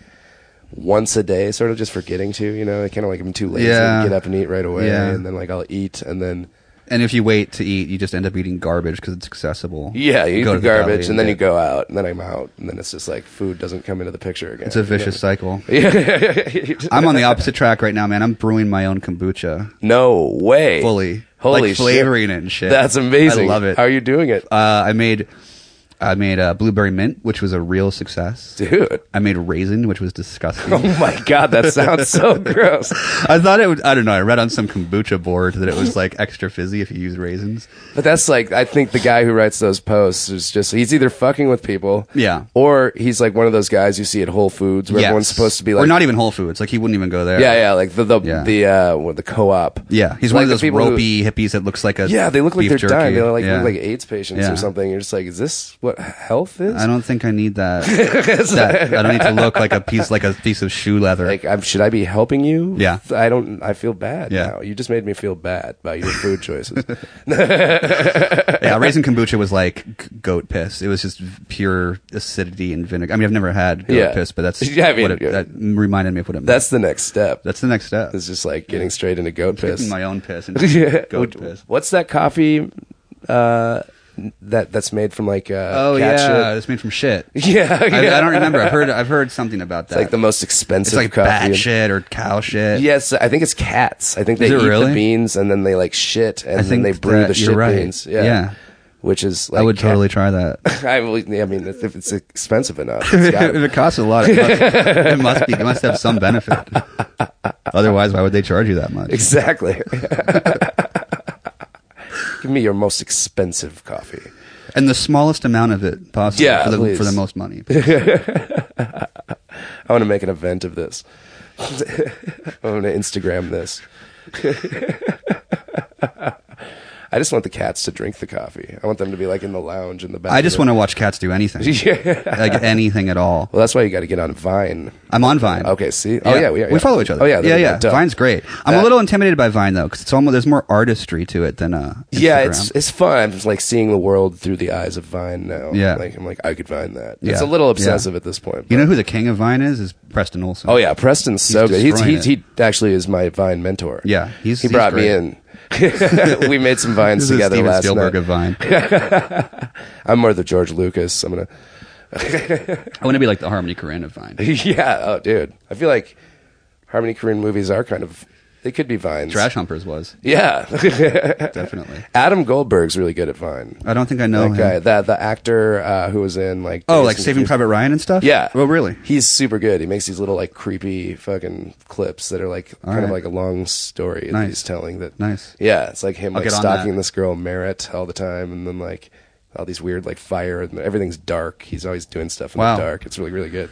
[SPEAKER 1] once a day, sort of just forgetting to. You know, I kind of like I'm too lazy
[SPEAKER 4] Yeah.
[SPEAKER 1] to get up and eat right away,
[SPEAKER 4] Yeah.
[SPEAKER 1] and then like I'll eat and then.
[SPEAKER 4] and if you wait to eat, you just end up eating garbage because it's accessible.
[SPEAKER 1] Yeah, you eat
[SPEAKER 4] Go
[SPEAKER 1] the
[SPEAKER 4] to deli
[SPEAKER 1] garbage, and then
[SPEAKER 4] get-
[SPEAKER 1] you go out, and then I'm out, and then it's just like food doesn't come into the picture again.
[SPEAKER 4] It's
[SPEAKER 1] *laughs*
[SPEAKER 4] a vicious cycle. I'm on the opposite track right now, man. I'm brewing my own kombucha
[SPEAKER 1] No way.
[SPEAKER 4] fully,
[SPEAKER 1] Holy
[SPEAKER 4] like
[SPEAKER 1] shit.
[SPEAKER 4] flavoring it and shit.
[SPEAKER 1] That's amazing.
[SPEAKER 4] I love it.
[SPEAKER 1] How are you doing it,
[SPEAKER 4] Uh, I made, I made uh, blueberry mint, which was a real success.
[SPEAKER 1] dude? *laughs*
[SPEAKER 4] I made raisin, which was disgusting.
[SPEAKER 1] Oh my god, that sounds
[SPEAKER 4] *laughs*
[SPEAKER 1] so gross.
[SPEAKER 4] I thought it would. I don't know. I read on some kombucha board that it was like extra fizzy if you use raisins.
[SPEAKER 1] But that's like I think the guy who writes those posts is just he's either fucking with people,
[SPEAKER 4] Yeah.
[SPEAKER 1] or he's like one of those guys you see at Whole Foods where
[SPEAKER 4] Yes.
[SPEAKER 1] everyone's supposed to be like,
[SPEAKER 4] or not even Whole Foods. Like he wouldn't even go there.
[SPEAKER 1] yeah, yeah, like the the
[SPEAKER 4] Yeah.
[SPEAKER 1] the uh, what, the co-op,
[SPEAKER 4] yeah. He's
[SPEAKER 1] Like
[SPEAKER 4] one of
[SPEAKER 1] the
[SPEAKER 4] those
[SPEAKER 1] people who-
[SPEAKER 4] ropey hippies that looks like a
[SPEAKER 1] yeah, they look like
[SPEAKER 4] beef
[SPEAKER 1] they're
[SPEAKER 4] jerky.
[SPEAKER 1] dying, they're like
[SPEAKER 4] Yeah.
[SPEAKER 1] look like AIDS patients
[SPEAKER 4] Yeah.
[SPEAKER 1] or something. You're just like, is this what health is?
[SPEAKER 4] I don't think I
[SPEAKER 1] *laughs*
[SPEAKER 4] need that. that I don't need to look like a piece like a piece of shoe leather.
[SPEAKER 1] like I'm, should I be helping you?
[SPEAKER 4] Yeah.
[SPEAKER 1] I don't. I feel bad.
[SPEAKER 4] Yeah.
[SPEAKER 1] now. you just made me feel bad about your food choices. *laughs*
[SPEAKER 4] yeah, raisin kombucha was like g- goat piss. It was just pure acidity and vinegar. I mean, I've never had goat
[SPEAKER 1] Yeah.
[SPEAKER 4] piss, but that's
[SPEAKER 1] *laughs* Yeah, I mean,
[SPEAKER 4] what it,
[SPEAKER 1] yeah.
[SPEAKER 4] that reminded me of what it meant.
[SPEAKER 1] That's the next step.
[SPEAKER 4] that's the next step.
[SPEAKER 1] It's just like getting straight into goat piss. *laughs*
[SPEAKER 4] my own piss and
[SPEAKER 1] Yeah.
[SPEAKER 4] goat
[SPEAKER 1] Would-
[SPEAKER 4] piss.
[SPEAKER 1] What's that coffee uh, that that's made from like uh,
[SPEAKER 4] Oh
[SPEAKER 1] cat
[SPEAKER 4] yeah,
[SPEAKER 1] shit?
[SPEAKER 4] it's made from shit.
[SPEAKER 1] *laughs* yeah,
[SPEAKER 4] I,
[SPEAKER 1] yeah.
[SPEAKER 4] I don't remember. I've heard I've heard something about that.
[SPEAKER 1] It's like the most
[SPEAKER 4] It's
[SPEAKER 1] expensive
[SPEAKER 4] like
[SPEAKER 1] coffee.
[SPEAKER 4] bat shit or cow shit.
[SPEAKER 1] Yes, I think it's cats. I think they
[SPEAKER 4] Is
[SPEAKER 1] eat
[SPEAKER 4] it
[SPEAKER 1] the
[SPEAKER 4] really?
[SPEAKER 1] beans and then they like shit and then
[SPEAKER 4] think
[SPEAKER 1] they brew
[SPEAKER 4] that
[SPEAKER 1] the
[SPEAKER 4] you're
[SPEAKER 1] shit
[SPEAKER 4] right.
[SPEAKER 1] beans. Yeah.
[SPEAKER 4] Yeah.
[SPEAKER 1] Which is like *laughs*
[SPEAKER 4] I would
[SPEAKER 1] cat-
[SPEAKER 4] totally try that.
[SPEAKER 1] I, would- I mean, if it's expensive enough,
[SPEAKER 4] *laughs*
[SPEAKER 1] it's gotta
[SPEAKER 4] if
[SPEAKER 1] be.
[SPEAKER 4] it costs a lot, it must, it must be. It must have some benefit. Otherwise, why would they charge you that
[SPEAKER 1] *laughs*
[SPEAKER 4] much?
[SPEAKER 1] exactly. *laughs* Give me your most expensive coffee.
[SPEAKER 4] and the smallest amount of it possible
[SPEAKER 1] Yeah,
[SPEAKER 4] for, the,
[SPEAKER 1] please.
[SPEAKER 4] for the
[SPEAKER 1] *laughs*
[SPEAKER 4] most money.
[SPEAKER 1] I want to make an event of this. *laughs* I want to Instagram this. *laughs* I just want the cats to drink the coffee. I want them to be like in the lounge in the back.
[SPEAKER 4] I just
[SPEAKER 1] *laughs*
[SPEAKER 4] want to watch cats do anything, like anything at all.
[SPEAKER 1] Well, that's why you got to get on Vine.
[SPEAKER 4] I'm on Vine.
[SPEAKER 1] Okay, see? Oh, yeah, we- yeah, yeah.
[SPEAKER 4] follow each other.
[SPEAKER 1] Oh, yeah,
[SPEAKER 4] yeah,
[SPEAKER 1] there we
[SPEAKER 4] yeah.
[SPEAKER 1] go. Duh.
[SPEAKER 4] Vine's great. I'm
[SPEAKER 1] That-
[SPEAKER 4] a little intimidated by Vine though, because it's almost there's more artistry to it than uh. Instagram.
[SPEAKER 1] Yeah, it's it's fun. I'm just like seeing the world through the eyes of Vine now.
[SPEAKER 4] Yeah.
[SPEAKER 1] like I'm like I could Vine that. It's
[SPEAKER 4] Yeah.
[SPEAKER 1] a little obsessive at this point.
[SPEAKER 4] you
[SPEAKER 1] but-
[SPEAKER 4] know who the king of Vine is? Is Preston Olson.
[SPEAKER 1] Oh yeah, Preston's so good. He's,
[SPEAKER 4] destroying
[SPEAKER 1] he he actually is my Vine mentor.
[SPEAKER 4] Yeah, he's-
[SPEAKER 1] he
[SPEAKER 4] he's
[SPEAKER 1] brought
[SPEAKER 4] great.
[SPEAKER 1] me in. *laughs* we made some vines
[SPEAKER 4] This is
[SPEAKER 1] together
[SPEAKER 4] Steven
[SPEAKER 1] last
[SPEAKER 4] Spielberg
[SPEAKER 1] night. *laughs*
[SPEAKER 4] of Vine.
[SPEAKER 1] I'm more the George Lucas. I'm gonna. *laughs*
[SPEAKER 4] I want to be like the Harmony Korine of Vine.
[SPEAKER 1] yeah. Oh, dude. I feel like Harmony Korine movies are kind of They could be vines.
[SPEAKER 4] Trash Humpers was
[SPEAKER 1] Yeah. *laughs*
[SPEAKER 4] definitely.
[SPEAKER 1] Adam Goldberg's really good at Vine.
[SPEAKER 4] I don't think I know
[SPEAKER 1] That
[SPEAKER 4] him.
[SPEAKER 1] guy, that the actor uh, who was in like
[SPEAKER 4] Oh,
[SPEAKER 1] Days
[SPEAKER 4] like
[SPEAKER 1] and
[SPEAKER 4] Saving
[SPEAKER 1] Confused.
[SPEAKER 4] Private Ryan and stuff.
[SPEAKER 1] Yeah.
[SPEAKER 4] Well, Oh, really.
[SPEAKER 1] He's super good. He makes these little like creepy fucking clips that are like kind of
[SPEAKER 4] right.
[SPEAKER 1] like a long story that
[SPEAKER 4] Nice.
[SPEAKER 1] he's telling. That
[SPEAKER 4] Nice.
[SPEAKER 1] Yeah, it's like him like
[SPEAKER 4] get on
[SPEAKER 1] stalking
[SPEAKER 4] that.
[SPEAKER 1] this girl Merritt all the time, and then like all these weird like fire and everything's dark. He's always doing stuff in
[SPEAKER 4] Wow.
[SPEAKER 1] the dark. It's really really good.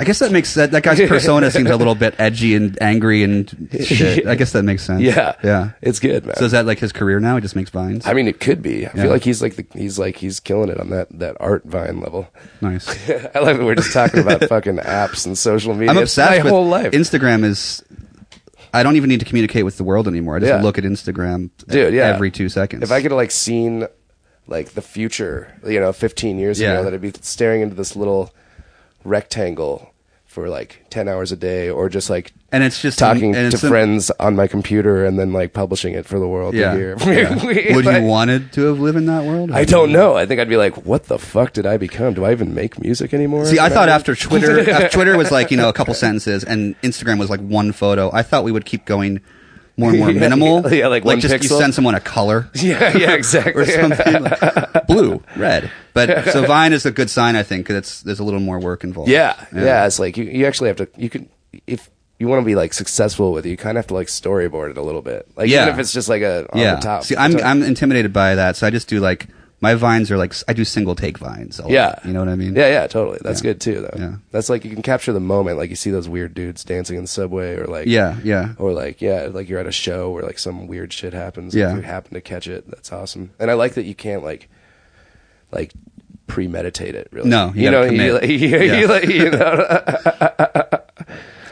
[SPEAKER 4] I guess that makes that that
[SPEAKER 1] *laughs*
[SPEAKER 4] guy's persona seems a little bit edgy and angry and shit. I guess that makes sense.
[SPEAKER 1] Yeah,
[SPEAKER 4] Yeah.
[SPEAKER 1] it's good, man.
[SPEAKER 4] so is that like his career now? He just makes vines.
[SPEAKER 1] I mean, it could be. I
[SPEAKER 4] Yeah.
[SPEAKER 1] feel like he's like the, he's like he's killing it on that that art Vine level. *laughs*
[SPEAKER 4] nice.
[SPEAKER 1] I love it. We're just talking
[SPEAKER 4] *laughs*
[SPEAKER 1] about fucking apps and social media.
[SPEAKER 4] I'm
[SPEAKER 1] It's
[SPEAKER 4] obsessed
[SPEAKER 1] my
[SPEAKER 4] with
[SPEAKER 1] whole life.
[SPEAKER 4] Instagram is I don't even need to communicate with the world anymore. I just
[SPEAKER 1] Yeah.
[SPEAKER 4] look at Instagram
[SPEAKER 1] Dude, yeah.
[SPEAKER 4] every 2 seconds.
[SPEAKER 1] if I could have like seen like the future, you know, 15 years
[SPEAKER 4] Yeah.
[SPEAKER 1] ago, that I'd be staring into this little rectangle for like 10 hours a day, or just like
[SPEAKER 4] And it's just-
[SPEAKER 1] talking
[SPEAKER 4] and
[SPEAKER 1] to
[SPEAKER 4] it's the-
[SPEAKER 1] friends on my computer and then like publishing it for the world
[SPEAKER 4] yeah.
[SPEAKER 1] to hear. *laughs*
[SPEAKER 4] Yeah. Would
[SPEAKER 1] Like,
[SPEAKER 4] you wanted to have lived in that world?
[SPEAKER 1] I don't know. I think I'd be like, what the fuck did I become? Do I even make music anymore? *laughs*
[SPEAKER 4] See, I
[SPEAKER 1] Am
[SPEAKER 4] thought after Twitter, after Twitter was like you know a couple sentences, and Instagram was like one photo. I thought we would keep going more and
[SPEAKER 1] *laughs*
[SPEAKER 4] more
[SPEAKER 1] Yeah,
[SPEAKER 4] minimal.
[SPEAKER 1] yeah, like one
[SPEAKER 4] just you
[SPEAKER 1] pixel.
[SPEAKER 4] send someone a color
[SPEAKER 1] *laughs* Yeah, yeah, exactly.
[SPEAKER 4] *laughs* or something, like blue, red. But
[SPEAKER 1] *laughs*
[SPEAKER 4] so Vine is a good sign, I think, because there's a little more work involved.
[SPEAKER 1] Yeah, yeah. it's like you, you actually have to. You can if you want to be like successful with it, you kind of have to like storyboard it a little bit. Like
[SPEAKER 4] Yeah.
[SPEAKER 1] even if it's just like a on
[SPEAKER 4] yeah.
[SPEAKER 1] the top.
[SPEAKER 4] See, I'm I'm intimidated by that, so I just do like my vines are like I do single take vines. a lot.
[SPEAKER 1] yeah,
[SPEAKER 4] you know what I mean.
[SPEAKER 1] Yeah, yeah, totally. That's good too, though.
[SPEAKER 4] Yeah.
[SPEAKER 1] that's like you can capture the moment. Like you see those weird dudes dancing in the subway, or like
[SPEAKER 4] Yeah, yeah.
[SPEAKER 1] or like yeah, like you're at a show where like some weird shit happens.
[SPEAKER 4] Yeah.
[SPEAKER 1] if you happen to catch it, that's awesome. And I like that you can't like like premeditate it really.
[SPEAKER 4] No, you
[SPEAKER 1] you, know,
[SPEAKER 4] gotta
[SPEAKER 1] you, like, *laughs*
[SPEAKER 4] commit.
[SPEAKER 1] you,
[SPEAKER 4] Yeah.
[SPEAKER 1] like, you know, *laughs*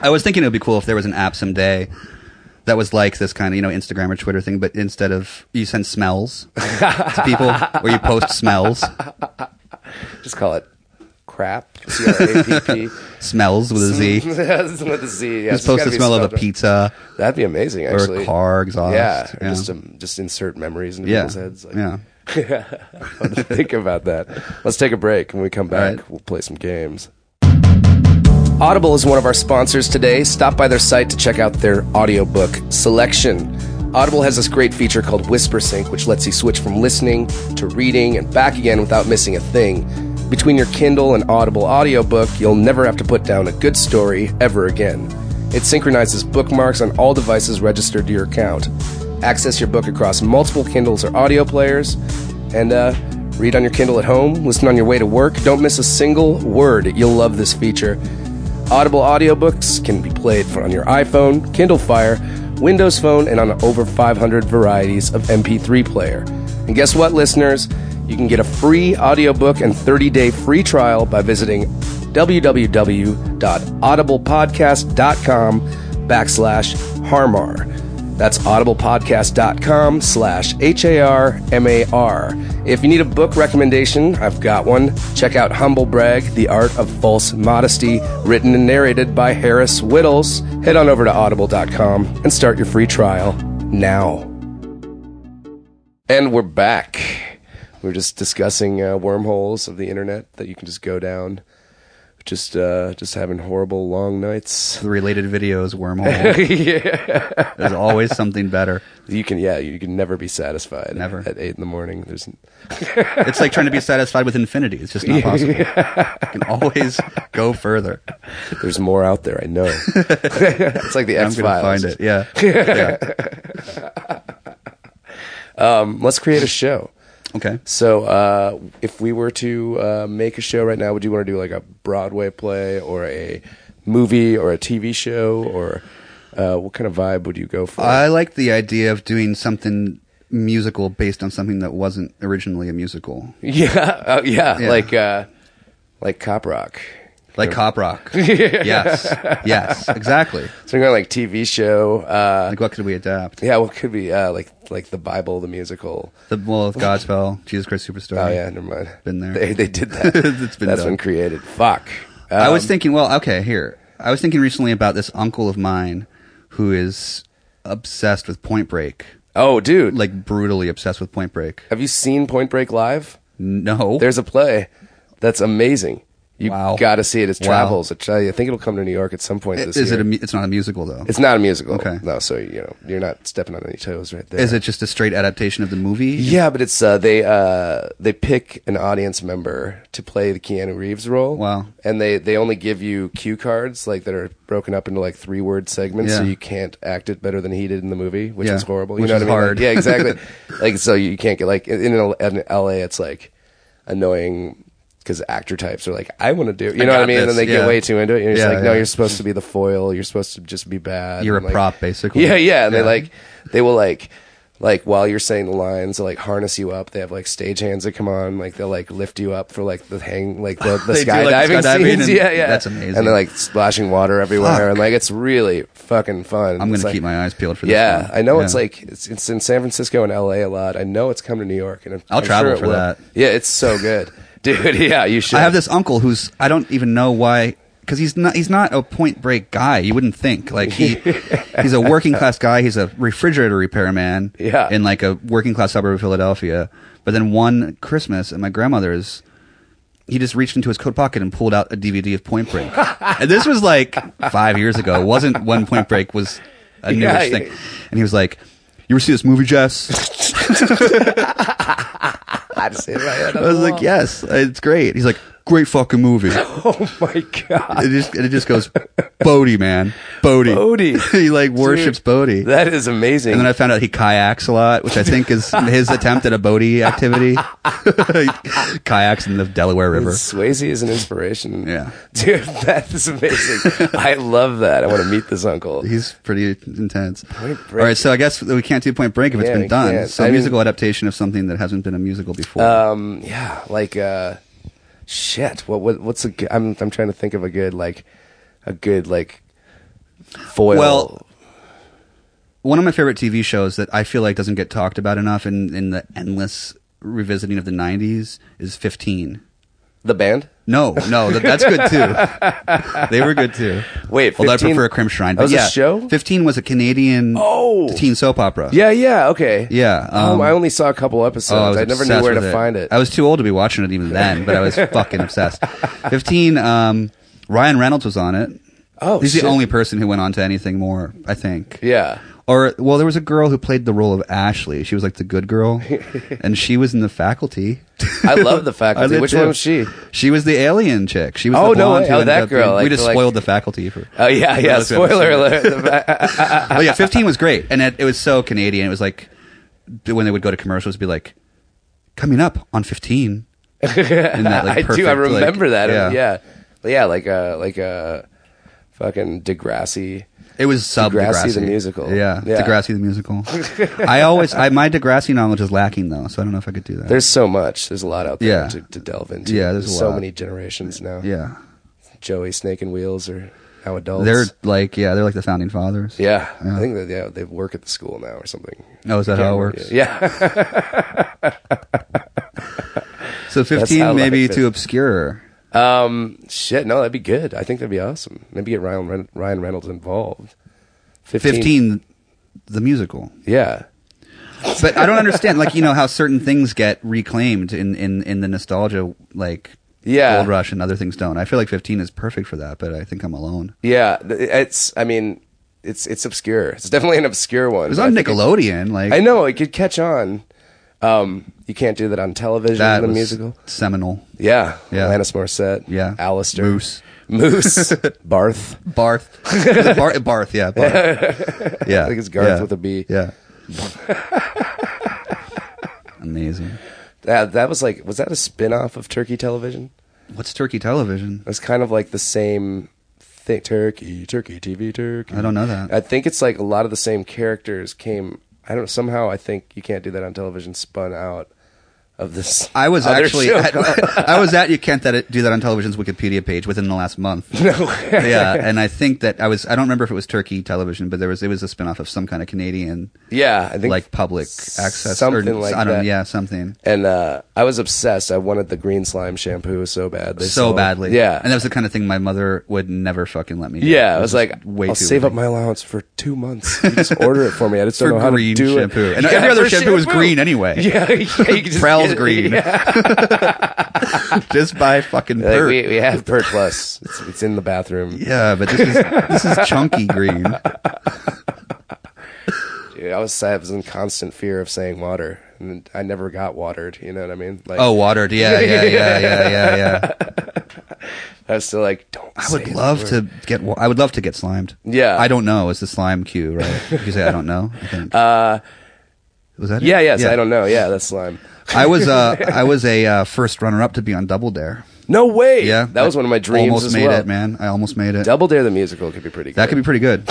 [SPEAKER 4] I was thinking it would be cool if there was an app someday that was like this kind of you know Instagram or Twitter thing, but instead of you send smells to
[SPEAKER 1] *laughs*
[SPEAKER 4] people or you post smells,
[SPEAKER 1] just call it crap. C R A P P.
[SPEAKER 4] *laughs* smells with a
[SPEAKER 1] *laughs*
[SPEAKER 4] Z. Just
[SPEAKER 1] That's with a Z. Yeah, it's
[SPEAKER 4] post
[SPEAKER 1] gotta
[SPEAKER 4] the
[SPEAKER 1] be
[SPEAKER 4] smell of a
[SPEAKER 1] spelled-
[SPEAKER 4] pizza
[SPEAKER 1] That'd be amazing,
[SPEAKER 4] or
[SPEAKER 1] actually.
[SPEAKER 4] a car exhaust.
[SPEAKER 1] Yeah, or
[SPEAKER 4] yeah.
[SPEAKER 1] just um, just insert memories into
[SPEAKER 4] yeah.
[SPEAKER 1] people's heads. Like, *laughs*
[SPEAKER 4] yeah.
[SPEAKER 1] think about that. Let's take a break. When we come back,
[SPEAKER 4] right.
[SPEAKER 1] we'll play some games. Audible is one of our sponsors today. Stop by their site to check out their audiobook selection. Audible has this great feature called Whisper Sync, which lets you switch from listening to reading and back again without missing a thing. Between your Kindle and Audible audiobook, you'll never have to put down a good story ever again. It synchronizes bookmarks on all devices registered to your account. Access your book across multiple Kindles or audio players, and uh, Read on your Kindle at home, listen on your way to work. Don't miss a single word. You'll love this feature. Audible audiobooks can be played for- on your iPhone, Kindle Fire, Windows Phone, and on over 500 varieties of MP3 player. And guess what, listeners? You can get a free audiobook and 30-day free trial by visiting www.audiblepodcast.com backslash harmar. That's audiblepodcast.com slash H-A-R-M-A-R. If you need a book recommendation, I've got one. Check out Humble Brag, The Art of False Modesty, written and narrated by Harris Whittles. Head on over to audible.com and start your free trial now. And we're back. We We're just discussing uh, wormholes of the internet that you can just go down. Just, uh, just having horrible long nights. *laughs*
[SPEAKER 4] The related videos wormhole. There's always something better.
[SPEAKER 1] You can, yeah, you can never be satisfied.
[SPEAKER 4] Never.
[SPEAKER 1] at eight in the morning. There's
[SPEAKER 4] It's like trying to be satisfied with infinity. It's just not possible. You
[SPEAKER 1] *laughs*
[SPEAKER 4] can always go further.
[SPEAKER 1] there's more out there. I
[SPEAKER 4] *laughs*
[SPEAKER 1] know. it's like the
[SPEAKER 4] I'm
[SPEAKER 1] X
[SPEAKER 4] going to
[SPEAKER 1] Files.
[SPEAKER 4] find it. Yeah.
[SPEAKER 1] *laughs*
[SPEAKER 4] yeah.
[SPEAKER 1] Um, Let's create a show.
[SPEAKER 4] Okay.
[SPEAKER 1] So, uh, if we were to uh, make a show right now, would you want to do like a Broadway play or a movie or a TV show or uh, what kind of vibe would you go for?
[SPEAKER 4] I like the idea of doing something musical based on something that wasn't originally a musical,
[SPEAKER 1] *laughs* yeah, uh, yeah,
[SPEAKER 4] Yeah.
[SPEAKER 1] like uh, like cop rock.
[SPEAKER 4] like
[SPEAKER 1] *laughs*
[SPEAKER 4] cop rock. yes, yes, exactly.
[SPEAKER 1] So we're going like TV show. Uh,
[SPEAKER 4] Like, what could we adapt?
[SPEAKER 1] yeah, what could be uh, like like the Bible, the musical.
[SPEAKER 4] The well, Godspell, Jesus Christ Superstar.
[SPEAKER 1] Oh yeah, never mind.
[SPEAKER 4] Been there.
[SPEAKER 1] They, they
[SPEAKER 4] *laughs*
[SPEAKER 1] did that.
[SPEAKER 4] It's been
[SPEAKER 1] That's
[SPEAKER 4] done.
[SPEAKER 1] been created. Fuck.
[SPEAKER 4] I
[SPEAKER 1] Um,
[SPEAKER 4] was thinking. Well, okay, here. I was thinking recently about this uncle of mine who is obsessed with Point Break,
[SPEAKER 1] Oh, dude. Like,
[SPEAKER 4] like brutally obsessed with Point Break.
[SPEAKER 1] have you seen Point Break live?
[SPEAKER 4] No,
[SPEAKER 1] There's a play that's amazing. You
[SPEAKER 4] Wow.
[SPEAKER 1] got to see it. It
[SPEAKER 4] Wow.
[SPEAKER 1] travels. I tell you, I think it'll come to New York at some point this
[SPEAKER 4] Is
[SPEAKER 1] year.
[SPEAKER 4] it? A, mu- it's not a musical though.
[SPEAKER 1] it's not a musical.
[SPEAKER 4] Okay.
[SPEAKER 1] No, so you know you're not stepping on any toes right there.
[SPEAKER 4] Is it just a straight adaptation of the movie?
[SPEAKER 1] Yeah, but it's uh, they uh, they pick an audience member to play the Keanu Reeves role.
[SPEAKER 4] Wow.
[SPEAKER 1] And they they only give you cue cards like that are broken up into like three word segments, so
[SPEAKER 4] Yeah.
[SPEAKER 1] you can't act it better than he did in the movie, which
[SPEAKER 4] Yeah.
[SPEAKER 1] is horrible. You
[SPEAKER 4] Which
[SPEAKER 1] know
[SPEAKER 4] is
[SPEAKER 1] what I mean? Like,
[SPEAKER 4] hard.
[SPEAKER 1] yeah,
[SPEAKER 4] *laughs*
[SPEAKER 1] exactly. like so you can't get like in, in L- in L.A. It's like annoying. Because actor types are like, I want to do, you know what I
[SPEAKER 4] got
[SPEAKER 1] mean, and then
[SPEAKER 4] this,
[SPEAKER 1] they
[SPEAKER 4] yeah.
[SPEAKER 1] get way too into it. And you're
[SPEAKER 4] Yeah,
[SPEAKER 1] just like, no,
[SPEAKER 4] yeah.
[SPEAKER 1] you're supposed to be the foil. You're supposed to just be bad.
[SPEAKER 4] You're
[SPEAKER 1] and,
[SPEAKER 4] a
[SPEAKER 1] like-
[SPEAKER 4] prop, basically.
[SPEAKER 1] Yeah, yeah. And
[SPEAKER 4] Yeah.
[SPEAKER 1] they like they will like like while you're saying the lines, they'll like harness you up. They have like stagehands that come on, like they'll like lift you up for like the hang like
[SPEAKER 4] *laughs*
[SPEAKER 1] the, the
[SPEAKER 4] They do, like,
[SPEAKER 1] skydiving
[SPEAKER 4] skydiving
[SPEAKER 1] scenes. *laughs*
[SPEAKER 4] and-
[SPEAKER 1] Yeah, yeah.
[SPEAKER 4] that's amazing.
[SPEAKER 1] And they're like splashing water everywhere
[SPEAKER 4] Fuck.
[SPEAKER 1] and like it's really fucking fun.
[SPEAKER 4] I'm
[SPEAKER 1] It's,
[SPEAKER 4] gonna
[SPEAKER 1] like-
[SPEAKER 4] keep my eyes peeled for this.
[SPEAKER 1] yeah,
[SPEAKER 4] one.
[SPEAKER 1] I know
[SPEAKER 4] Yeah.
[SPEAKER 1] it's like it's, it's in San Francisco and L.A. a lot. I know it's come to New York, and I'm,
[SPEAKER 4] I'll
[SPEAKER 1] I'm
[SPEAKER 4] travel
[SPEAKER 1] sure it
[SPEAKER 4] for
[SPEAKER 1] will.
[SPEAKER 4] that.
[SPEAKER 1] Yeah, it's so good, *laughs* dude. Yeah, you should.
[SPEAKER 4] I have this uncle who's I don't even know why because he's not he's not a Point Break guy. You wouldn't think
[SPEAKER 1] *laughs*
[SPEAKER 4] like he he's a working class guy. He's a refrigerator repairman
[SPEAKER 1] Yeah.
[SPEAKER 4] in like a working class suburb of Philadelphia. But then one Christmas at my grandmother's, he just reached into his coat pocket and pulled out a DVD of Point
[SPEAKER 1] *laughs*
[SPEAKER 4] Break. and this was like five years ago. It wasn't when Point Break was a newish
[SPEAKER 1] Yeah,
[SPEAKER 4] thing.
[SPEAKER 1] yeah.
[SPEAKER 4] And he was like. You ever see this movie, Jess?
[SPEAKER 1] I just hit my head on
[SPEAKER 4] I
[SPEAKER 1] the
[SPEAKER 4] was like,
[SPEAKER 1] wall. *laughs*
[SPEAKER 4] yes, it's great. He's like, great fucking movie.
[SPEAKER 1] oh my god.
[SPEAKER 4] it just it just goes Bodie, man, Bodie,
[SPEAKER 1] Bodhi.
[SPEAKER 4] *laughs* he like worships
[SPEAKER 1] Dude,
[SPEAKER 4] Bodie.
[SPEAKER 1] That is amazing.
[SPEAKER 4] and then I found out he kayaks a lot, which I
[SPEAKER 1] *laughs*
[SPEAKER 4] think is his attempt at a Bodie activity. *laughs* He kayaks in the Delaware River.
[SPEAKER 1] Swayze is an inspiration.
[SPEAKER 4] *laughs* Yeah.
[SPEAKER 1] Dude, that is
[SPEAKER 4] *laughs*
[SPEAKER 1] amazing. I love that. I want to meet this uncle.
[SPEAKER 4] He's pretty intense.
[SPEAKER 1] Break.
[SPEAKER 4] All right, so I guess we can't do Point Break if it's
[SPEAKER 1] Yeah,
[SPEAKER 4] been
[SPEAKER 1] we
[SPEAKER 4] done.
[SPEAKER 1] can't.
[SPEAKER 4] So
[SPEAKER 1] I
[SPEAKER 4] a
[SPEAKER 1] mean-
[SPEAKER 4] musical adaptation of something that hasn't been a musical before.
[SPEAKER 1] Um, yeah, like, uh, shit. What, what, what's a good, I'm, I'm trying to think of a good, like, a good, like, foil.
[SPEAKER 4] Well, one of my favorite TV shows that I feel like doesn't get talked about enough in, in the endless revisiting of the '90s is 15.
[SPEAKER 1] the band?
[SPEAKER 4] No, no, th- that's good too.
[SPEAKER 1] *laughs*
[SPEAKER 4] they were good too.
[SPEAKER 1] Wait,
[SPEAKER 4] although I
[SPEAKER 1] 15
[SPEAKER 4] prefer a Crim Shrine.
[SPEAKER 1] That
[SPEAKER 4] but
[SPEAKER 1] was a
[SPEAKER 4] yeah,
[SPEAKER 1] show?
[SPEAKER 4] Fifteen was a Canadian
[SPEAKER 1] Oh.
[SPEAKER 4] teen soap opera.
[SPEAKER 1] Yeah, yeah, okay.
[SPEAKER 4] Yeah, um,
[SPEAKER 1] um, I only saw a couple
[SPEAKER 4] Oh,
[SPEAKER 1] episodes. I, never knew
[SPEAKER 4] obsessed
[SPEAKER 1] where
[SPEAKER 4] with
[SPEAKER 1] to find it.
[SPEAKER 4] I was too old to be watching it even then, but
[SPEAKER 1] *laughs*
[SPEAKER 4] I was fucking obsessed. Fifteen. Um, Ryan Reynolds was on it.
[SPEAKER 1] Oh,
[SPEAKER 4] he's
[SPEAKER 1] shit.
[SPEAKER 4] the only person who went on to anything more. I think.
[SPEAKER 1] Yeah.
[SPEAKER 4] Or well, there was a girl who played the role of Ashley. She was like the
[SPEAKER 1] *laughs*
[SPEAKER 4] good girl, and she was in the faculty.
[SPEAKER 1] I love the
[SPEAKER 4] *laughs* I
[SPEAKER 1] faculty.
[SPEAKER 4] did
[SPEAKER 1] Which
[SPEAKER 4] too.
[SPEAKER 1] one was she?
[SPEAKER 4] She was the alien chick. She was
[SPEAKER 1] Oh,
[SPEAKER 4] the
[SPEAKER 1] no
[SPEAKER 4] blonde
[SPEAKER 1] way.
[SPEAKER 4] who
[SPEAKER 1] Oh,
[SPEAKER 4] ended
[SPEAKER 1] that
[SPEAKER 4] up-
[SPEAKER 1] girl,
[SPEAKER 4] we
[SPEAKER 1] like-
[SPEAKER 4] just
[SPEAKER 1] like-
[SPEAKER 4] spoiled the faculty for.
[SPEAKER 1] Oh,
[SPEAKER 4] *laughs*
[SPEAKER 1] yeah, yeah.
[SPEAKER 4] Those episodes.
[SPEAKER 1] Spoiler alert. *laughs* The ba-
[SPEAKER 4] oh yeah, fifteen was great, and it, it was so Canadian. It was like when they would go to commercials, it'd be like, coming up on fifteen. In that,
[SPEAKER 1] *laughs*
[SPEAKER 4] like,
[SPEAKER 1] I do. I
[SPEAKER 4] perfect, like-
[SPEAKER 1] remember that. Yeah. yeah, But yeah, like uh, like uh, fucking Degrassi.
[SPEAKER 4] It was sub
[SPEAKER 1] Degrassi
[SPEAKER 4] Degrassi,
[SPEAKER 1] the musical.
[SPEAKER 4] Yeah,
[SPEAKER 1] Yeah.
[SPEAKER 4] Degrassi
[SPEAKER 1] *laughs*
[SPEAKER 4] the musical. I always, I my Degrassi knowledge is lacking though, so I don't know if I could do that.
[SPEAKER 1] There's so much. There's a lot out there
[SPEAKER 4] Yeah.
[SPEAKER 1] to, to delve into.
[SPEAKER 4] Yeah, there's a
[SPEAKER 1] so
[SPEAKER 4] lot.
[SPEAKER 1] many generations now.
[SPEAKER 4] yeah,
[SPEAKER 1] Joey Snake and Wheels are now adults.
[SPEAKER 4] they're like, yeah, they're like the founding fathers.
[SPEAKER 1] yeah, I think that yeah, they work at the school now or something.
[SPEAKER 4] Oh, is that how it works?
[SPEAKER 1] Yeah, *laughs*
[SPEAKER 4] So
[SPEAKER 1] how,
[SPEAKER 4] fifteen
[SPEAKER 1] like,
[SPEAKER 4] maybe
[SPEAKER 1] the-
[SPEAKER 4] too obscure.
[SPEAKER 1] um, shit. No, that'd be good. I think that'd be awesome. Maybe get Ryan Ren- Ryan Reynolds involved. 15,
[SPEAKER 4] Fifteen, the musical.
[SPEAKER 1] Yeah,
[SPEAKER 4] but I don't understand, like you know how certain things get reclaimed in in in the nostalgia, like
[SPEAKER 1] Yeah.
[SPEAKER 4] Gold Rush, and other things don't. I feel like 15 is perfect for that, but I think I'm alone.
[SPEAKER 1] yeah. th- It's. I mean, it's it's obscure. It's definitely an obscure one.
[SPEAKER 4] It was
[SPEAKER 1] but
[SPEAKER 4] on
[SPEAKER 1] I think it-
[SPEAKER 4] Nickelodeon, like
[SPEAKER 1] I know it could catch on. Um, you can't do that on television.
[SPEAKER 4] that
[SPEAKER 1] the
[SPEAKER 4] was
[SPEAKER 1] musical,
[SPEAKER 4] seminal.
[SPEAKER 1] yeah,
[SPEAKER 4] Yeah.
[SPEAKER 1] Alanis Morissette,
[SPEAKER 4] Yeah.
[SPEAKER 1] Alistair,
[SPEAKER 4] Moose. *laughs*
[SPEAKER 1] Moose, Barth.
[SPEAKER 4] Barth, Barth, Barth, yeah, Barth.
[SPEAKER 1] *laughs*
[SPEAKER 4] yeah.
[SPEAKER 1] I think it's Garth
[SPEAKER 4] yeah.
[SPEAKER 1] with a B.
[SPEAKER 4] Yeah, *laughs* amazing.
[SPEAKER 1] That that was like was that a spin off of Turkey Television?
[SPEAKER 4] What's Turkey Television?
[SPEAKER 1] That's kind of like the same thing. Turkey, Turkey TV, Turkey.
[SPEAKER 4] I don't know that.
[SPEAKER 1] I think it's like a lot of the same characters came. I don't somehow. I think you can't do that on television. Spun out of this.
[SPEAKER 4] I was
[SPEAKER 1] other
[SPEAKER 4] actually
[SPEAKER 1] show.
[SPEAKER 4] at, uh, I was at you can't that do that on television's Wikipedia page within the
[SPEAKER 1] *laughs*
[SPEAKER 4] last month. yeah, and I think that I was I don't remember if it was Turkey television, but there was it was a spinoff of some kind of Canadian
[SPEAKER 1] *laughs* yeah. I think
[SPEAKER 4] like public access
[SPEAKER 1] something
[SPEAKER 4] or,
[SPEAKER 1] like
[SPEAKER 4] I don't
[SPEAKER 1] that.
[SPEAKER 4] yeah something
[SPEAKER 1] and uh, I was obsessed. I wanted the green slime shampoo so bad. They
[SPEAKER 4] so
[SPEAKER 1] sold-
[SPEAKER 4] badly.
[SPEAKER 1] Yeah.
[SPEAKER 4] and that was the kind of thing my mother would never fucking let me. do.
[SPEAKER 1] yeah, I
[SPEAKER 4] It
[SPEAKER 1] was
[SPEAKER 4] just
[SPEAKER 1] like, I'll save up
[SPEAKER 4] late.
[SPEAKER 1] my *laughs* allowance for two
[SPEAKER 4] *laughs*
[SPEAKER 1] months. You just order it for me. I just don't
[SPEAKER 4] For
[SPEAKER 1] know how
[SPEAKER 4] green
[SPEAKER 1] to do *laughs*
[SPEAKER 4] shampoo.
[SPEAKER 1] it.
[SPEAKER 4] And every
[SPEAKER 1] for
[SPEAKER 4] other shampoo was green anyway.
[SPEAKER 1] *laughs* Yeah, yeah, you could just
[SPEAKER 4] Prel Paul's green. *laughs* Just buy fucking
[SPEAKER 1] Like,
[SPEAKER 4] dirt.
[SPEAKER 1] we, we have Bert
[SPEAKER 4] *laughs*
[SPEAKER 1] Plus. It's, it's in the bathroom.
[SPEAKER 4] yeah, but this is this is chunky
[SPEAKER 1] *laughs*
[SPEAKER 4] green.
[SPEAKER 1] Dude, I was I was in constant fear of saying water, and I never got watered. You know what I mean? Like
[SPEAKER 4] Oh, watered. Yeah, yeah, yeah, yeah,
[SPEAKER 1] *laughs*
[SPEAKER 4] yeah, yeah.
[SPEAKER 1] I was still like, don't.
[SPEAKER 4] I would love to get. wa- I would love to get slimed.
[SPEAKER 1] Yeah.
[SPEAKER 4] I don't know. It's the slime cue, right? You say I don't know. I
[SPEAKER 1] *laughs*
[SPEAKER 4] think. was that?
[SPEAKER 1] Uh,
[SPEAKER 4] it?
[SPEAKER 1] Yeah, yes, I don't know. Yeah, that's slime.
[SPEAKER 4] I was.
[SPEAKER 1] *laughs*
[SPEAKER 4] Uh, I was a uh, first runner-up to be on Double Dare.
[SPEAKER 1] No way.
[SPEAKER 4] Yeah,
[SPEAKER 1] that was one of my dreams.
[SPEAKER 4] Almost
[SPEAKER 1] as
[SPEAKER 4] made
[SPEAKER 1] well.
[SPEAKER 4] it, man. I almost made it.
[SPEAKER 1] Double Dare the musical could be pretty. good.
[SPEAKER 4] that could be
[SPEAKER 1] *laughs*
[SPEAKER 4] pretty good.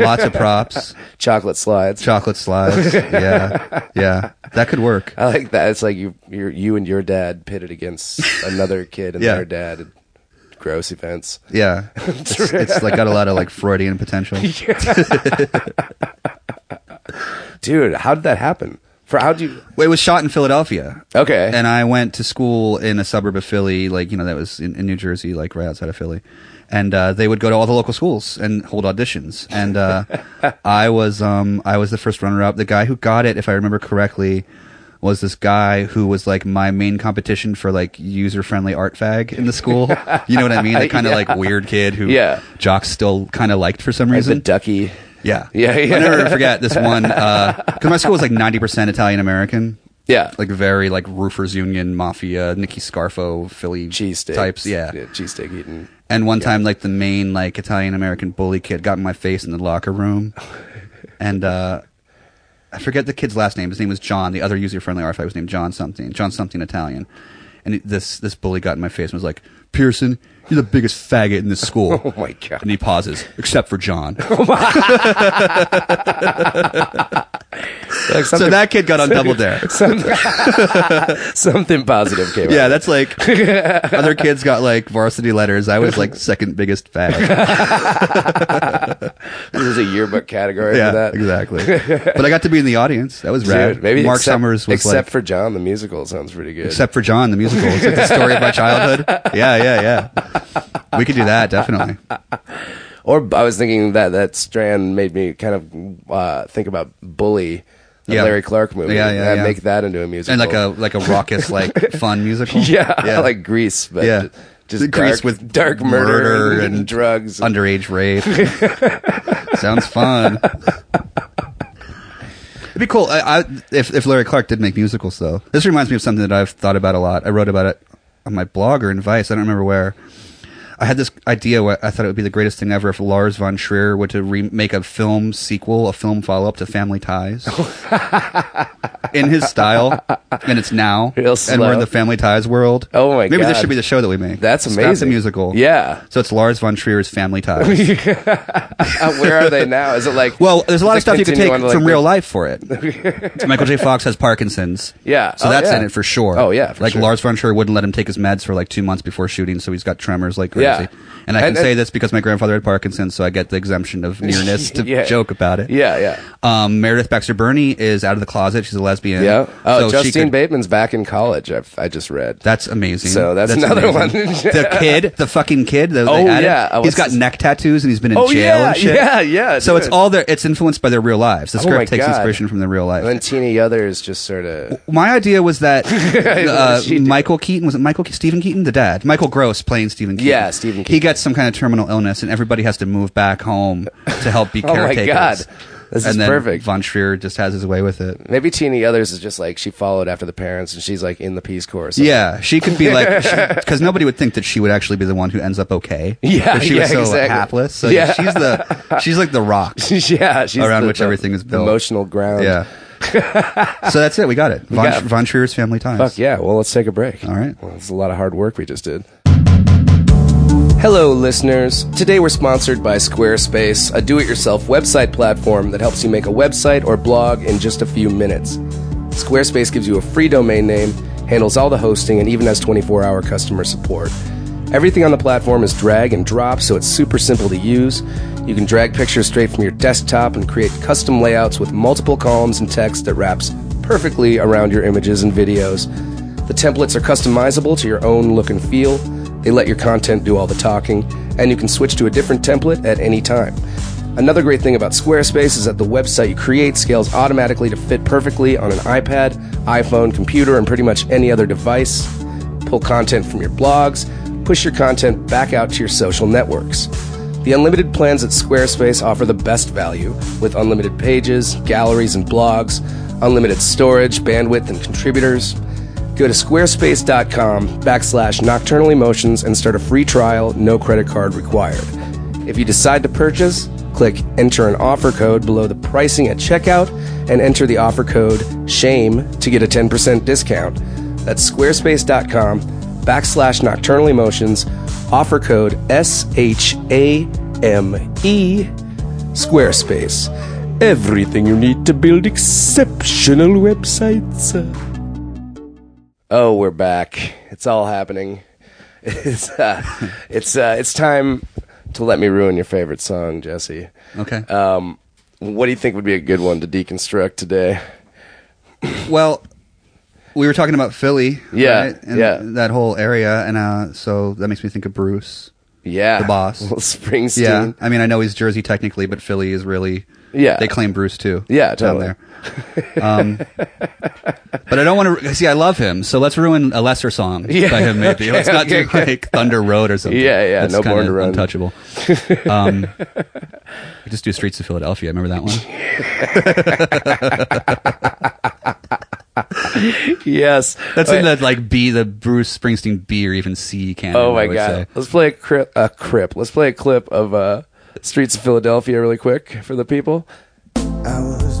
[SPEAKER 4] Lots of props,
[SPEAKER 1] chocolate slides.
[SPEAKER 4] chocolate slides. Yeah, yeah, that could work.
[SPEAKER 1] I like that. It's like you, you, you and your dad pitted
[SPEAKER 4] *laughs*
[SPEAKER 1] against another kid and
[SPEAKER 4] Yeah.
[SPEAKER 1] their dad. at Gross events. *laughs*
[SPEAKER 4] Yeah, it's, it's like got a lot of like Freudian potential.
[SPEAKER 1] Dude, how did that happen? For how do you?
[SPEAKER 4] Well, it was shot in Philadelphia.
[SPEAKER 1] Okay.
[SPEAKER 4] And I went to school in a suburb of Philly, like, you know, that was in, in New Jersey, like right outside of Philly. And uh, they would go to all the local schools and hold auditions.
[SPEAKER 1] *laughs*
[SPEAKER 4] And uh, I was um, I was the first runner up. The guy who got it, if I remember correctly, was this guy who was like my main competition for like user friendly art fag in the school. You know what I
[SPEAKER 1] *laughs*
[SPEAKER 4] mean? That kind of like weird kid who
[SPEAKER 1] Yeah.
[SPEAKER 4] jocks still kind of liked for some
[SPEAKER 1] Like the
[SPEAKER 4] reason.
[SPEAKER 1] ducky.
[SPEAKER 4] Yeah.
[SPEAKER 1] Yeah, yeah.
[SPEAKER 4] I'll never forget this one. Because my school was like 90% Italian American.
[SPEAKER 1] Yeah.
[SPEAKER 4] Like very like roofers union, mafia, Nicky Scarfo, Philly
[SPEAKER 1] cheesesteak
[SPEAKER 4] types. Yeah.
[SPEAKER 1] cheesesteak eating.
[SPEAKER 4] And one time, like the main like Italian American bully kid got in my face in the
[SPEAKER 1] *laughs*
[SPEAKER 4] locker room. and uh, I forget the kid's last name. His name was John. The other user friendly RFI was named John something. John something Italian. And it- this this bully got in my face and was like, Pearson, you're the biggest faggot
[SPEAKER 1] *laughs*
[SPEAKER 4] in this school.
[SPEAKER 1] Oh my God. Oh
[SPEAKER 4] And he pauses, except for
[SPEAKER 1] *laughs*
[SPEAKER 4] John.
[SPEAKER 1] Like
[SPEAKER 4] *laughs* so
[SPEAKER 1] something,
[SPEAKER 4] that kid got on
[SPEAKER 1] *laughs*
[SPEAKER 4] double dare.
[SPEAKER 1] something positive came.
[SPEAKER 4] Yeah, that's like
[SPEAKER 1] *laughs*
[SPEAKER 4] other kids got like varsity letters. I was like second
[SPEAKER 1] *laughs*
[SPEAKER 4] biggest fag.
[SPEAKER 1] out. there's a yearbook category for
[SPEAKER 4] Yeah,
[SPEAKER 1] that. *laughs*
[SPEAKER 4] exactly. But I got to be in the audience. That was rad.
[SPEAKER 1] Dude, maybe
[SPEAKER 4] Mark
[SPEAKER 1] except,
[SPEAKER 4] Summers was
[SPEAKER 1] except
[SPEAKER 4] like,
[SPEAKER 1] for John the musical sounds pretty good.
[SPEAKER 4] except for John the musical. It's like the story of my childhood. Yeah, yeah, yeah. We could do
[SPEAKER 1] *laughs*
[SPEAKER 4] that definitely.
[SPEAKER 1] or I was thinking that that strand made me kind of uh, think about Bully, the
[SPEAKER 4] Yeah.
[SPEAKER 1] Larry Clark movie.
[SPEAKER 4] Yeah, yeah,
[SPEAKER 1] and
[SPEAKER 4] yeah.
[SPEAKER 1] Make that into a musical
[SPEAKER 4] And like a like a raucous like fun
[SPEAKER 1] *laughs*
[SPEAKER 4] musical. *laughs*
[SPEAKER 1] yeah, like Grease, but
[SPEAKER 4] Yeah.
[SPEAKER 1] yeah. just
[SPEAKER 4] Grease
[SPEAKER 1] dark,
[SPEAKER 4] with
[SPEAKER 1] with dark murder,
[SPEAKER 4] murder
[SPEAKER 1] and,
[SPEAKER 4] and
[SPEAKER 1] drugs. and-
[SPEAKER 4] underage rape. *laughs* Sounds fun. It'd be cool I, I, if if Larry Clark did make musicals, though. This reminds me of something that I've thought about a lot. I wrote about it on my blog or in Vice. I don't remember where. I had this idea. Where I thought it would be the greatest thing ever if Lars von Trier were to remake a film sequel, a film follow up to
[SPEAKER 1] *laughs*
[SPEAKER 4] Family Ties, in his style, and it's now,
[SPEAKER 1] Real
[SPEAKER 4] and we're in
[SPEAKER 1] slow.
[SPEAKER 4] the Family Ties world.
[SPEAKER 1] Oh my
[SPEAKER 4] Maybe this
[SPEAKER 1] God.
[SPEAKER 4] should be the show that we make.
[SPEAKER 1] That's
[SPEAKER 4] Scrap
[SPEAKER 1] amazing.
[SPEAKER 4] The musical,
[SPEAKER 1] Yeah.
[SPEAKER 4] So it's Lars von Trier's Family Ties.
[SPEAKER 1] *laughs* Uh, where are they now? Is it like
[SPEAKER 4] *laughs* Well, there's a lot of
[SPEAKER 1] does it
[SPEAKER 4] stuff you could take
[SPEAKER 1] continue on to, like,
[SPEAKER 4] from
[SPEAKER 1] the-
[SPEAKER 4] real life for
[SPEAKER 1] *laughs*
[SPEAKER 4] it. So Michael J. Fox has Parkinson's.
[SPEAKER 1] Yeah.
[SPEAKER 4] So
[SPEAKER 1] Oh,
[SPEAKER 4] that's
[SPEAKER 1] yeah.
[SPEAKER 4] in it for sure.
[SPEAKER 1] Oh, yeah, for
[SPEAKER 4] like
[SPEAKER 1] sure.
[SPEAKER 4] Lars von Trier wouldn't let him take his meds for like two months before shooting, so he's got tremors like crazy.
[SPEAKER 1] Yeah.
[SPEAKER 4] And I can
[SPEAKER 1] And-
[SPEAKER 4] say
[SPEAKER 1] and-
[SPEAKER 4] this because my grandfather had Parkinson's, so I get the
[SPEAKER 1] *laughs*
[SPEAKER 4] exemption of nearness to
[SPEAKER 1] Yeah.
[SPEAKER 4] joke about it.
[SPEAKER 1] *laughs* Yeah, yeah.
[SPEAKER 4] Um, Meredith Baxter Burney is out of the closet. She's a lesbian.
[SPEAKER 1] Yeah. Oh,
[SPEAKER 4] So she
[SPEAKER 1] Justine
[SPEAKER 4] could-
[SPEAKER 1] Bateman's back in college. I've, I just read.
[SPEAKER 4] That's amazing.
[SPEAKER 1] So that's another one.
[SPEAKER 4] the kid, the fucking kid. That
[SPEAKER 1] Oh,
[SPEAKER 4] they added,
[SPEAKER 1] yeah. Oh,
[SPEAKER 4] he's
[SPEAKER 1] what's
[SPEAKER 4] got
[SPEAKER 1] his-
[SPEAKER 4] neck tattoos and he's been in
[SPEAKER 1] Oh,
[SPEAKER 4] jail
[SPEAKER 1] yeah,
[SPEAKER 4] and shit.
[SPEAKER 1] yeah, yeah,
[SPEAKER 4] So it's
[SPEAKER 1] dude.
[SPEAKER 4] all their. It's influenced by their real lives. The
[SPEAKER 1] Oh, my
[SPEAKER 4] script takes
[SPEAKER 1] God.
[SPEAKER 4] inspiration from their real life.
[SPEAKER 1] and then Tina Yother is just sort of
[SPEAKER 4] my idea
[SPEAKER 1] *laughs*
[SPEAKER 4] was that uh,
[SPEAKER 1] she did.
[SPEAKER 4] Michael Keaton was it Michael Ke- Stephen Keaton the dad Michael Gross playing Stephen Keaton
[SPEAKER 1] Yeah, Stephen
[SPEAKER 4] he
[SPEAKER 1] Keaton.
[SPEAKER 4] gets some kind of terminal illness and everybody has to move back home to help
[SPEAKER 1] *laughs*
[SPEAKER 4] be
[SPEAKER 1] Oh, my
[SPEAKER 4] caretakers
[SPEAKER 1] God. This
[SPEAKER 4] and
[SPEAKER 1] is
[SPEAKER 4] then
[SPEAKER 1] perfect.
[SPEAKER 4] Von Trier just has his way with it
[SPEAKER 1] maybe Tina Yother's is just like she followed after the parents and she's like in the Peace Corps. Or something.
[SPEAKER 4] Yeah, she could be like,
[SPEAKER 1] *laughs*
[SPEAKER 4] because nobody would think that she would actually be the one who ends up okay.
[SPEAKER 1] Yeah,
[SPEAKER 4] if she was
[SPEAKER 1] yeah,
[SPEAKER 4] so
[SPEAKER 1] exactly.
[SPEAKER 4] hapless. So yeah.
[SPEAKER 1] Yeah.
[SPEAKER 4] she's the she's like
[SPEAKER 1] *laughs*
[SPEAKER 4] the rock.
[SPEAKER 1] yeah, *laughs* she's
[SPEAKER 4] Around
[SPEAKER 1] the-
[SPEAKER 4] which
[SPEAKER 1] the
[SPEAKER 4] everything is built.
[SPEAKER 1] Emotional ground. *laughs*
[SPEAKER 4] Yeah. so that's it. We got it. Von,
[SPEAKER 1] got it.
[SPEAKER 4] Von Trier's Family Ties.
[SPEAKER 1] Fuck yeah. Well, let's take a break.
[SPEAKER 4] All right.
[SPEAKER 1] Well, it's a lot of hard work we just did. Hello, listeners. Today we're sponsored by Squarespace, a do it yourself website platform that helps you make a website or blog in just a few minutes. Squarespace gives you a free domain name, handles all the hosting, and even has 24 hour customer support. Everything on the platform is drag and drop, so it's super simple to use. You can drag pictures straight from your desktop and create custom layouts with multiple columns and text that wraps perfectly around your images and videos. The templates are customizable to your own look and feel. They let your content do all the talking, and you can switch to a different template at any time. Another great thing about Squarespace is that the website you create scales automatically to fit perfectly on an iPad, iPhone, computer, and pretty much any other device. Pull content from your blogs, push your content back out to your social networks. The unlimited plans at Squarespace offer the best value with unlimited pages, galleries, and blogs, unlimited storage, bandwidth, and contributors. Go to squarespace.com backslash nocturnal emotions and start a free trial, no credit card required. If you decide to purchase, click enter an offer code below the pricing at checkout and enter the offer code SHAME to get a 10% discount. That's squarespace.com backslash nocturnal emotions, offer code S H A M E, Squarespace. Everything you need to build exceptional websites. Oh, we're back. It's all happening. *laughs* It's
[SPEAKER 4] *laughs*
[SPEAKER 1] uh, it's uh, it's time to let me ruin your favorite song, Jesse.
[SPEAKER 4] Okay.
[SPEAKER 1] Um, what do you think would be a good one to deconstruct today?
[SPEAKER 4] Well, we were talking about Philly,
[SPEAKER 1] Yeah,
[SPEAKER 4] right? and
[SPEAKER 1] yeah.
[SPEAKER 4] that whole area, and uh, so that makes me think of Bruce.
[SPEAKER 1] Yeah,
[SPEAKER 4] The
[SPEAKER 1] *laughs*
[SPEAKER 4] Boss.
[SPEAKER 1] Well,
[SPEAKER 4] Yeah,
[SPEAKER 1] Springsteen.
[SPEAKER 4] I mean, I know he's Jersey technically, but Philly is really
[SPEAKER 1] Yeah.
[SPEAKER 4] They claim Bruce too.
[SPEAKER 1] Yeah, totally.
[SPEAKER 4] down there. Um, but I don't want to see. I love him, so let's ruin a lesser song by him. Maybe
[SPEAKER 1] *laughs*
[SPEAKER 4] let's not do
[SPEAKER 1] okay, okay.
[SPEAKER 4] like Thunder Road or something.
[SPEAKER 1] Yeah, yeah,
[SPEAKER 4] That's
[SPEAKER 1] no Born
[SPEAKER 4] kinda
[SPEAKER 1] to Run.
[SPEAKER 4] untouchable. Um, we just do Streets of Philadelphia. Remember that
[SPEAKER 1] *laughs*
[SPEAKER 4] one?
[SPEAKER 1] Yes,
[SPEAKER 4] That's
[SPEAKER 1] Okay.
[SPEAKER 4] in the like B, the Bruce Springsteen B or even C canon.
[SPEAKER 1] Oh my
[SPEAKER 4] I would
[SPEAKER 1] god!
[SPEAKER 4] say.
[SPEAKER 1] Let's play a crip. A crip. Let's play a clip of uh, "Streets of Philadelphia" really quick for the people.
[SPEAKER 5] I was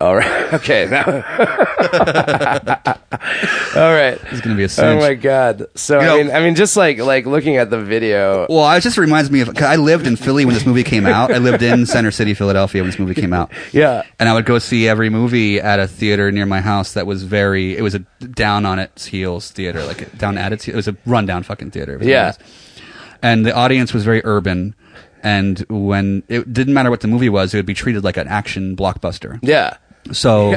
[SPEAKER 1] All right. *laughs* Okay. Now. All right.
[SPEAKER 4] It's gonna be a
[SPEAKER 1] Oh
[SPEAKER 4] cinch.
[SPEAKER 1] my god! So
[SPEAKER 4] You know-
[SPEAKER 1] I mean, I mean, just like like looking at the video.
[SPEAKER 4] well, it just reminds me of 'cause I lived in Philly when this
[SPEAKER 1] *laughs*
[SPEAKER 4] movie came out. I lived in Center City, Philadelphia when this movie came out.
[SPEAKER 1] Yeah.
[SPEAKER 4] and I would go see every movie at a theater near my house that was very it was a down on its heels theater, like a down at its he- it was a rundown fucking theater. It was
[SPEAKER 1] Yeah.
[SPEAKER 4] amazing. And the audience was very urban and when it didn't matter what the movie was, it would be treated like an action blockbuster.
[SPEAKER 1] Yeah. *laughs*
[SPEAKER 4] So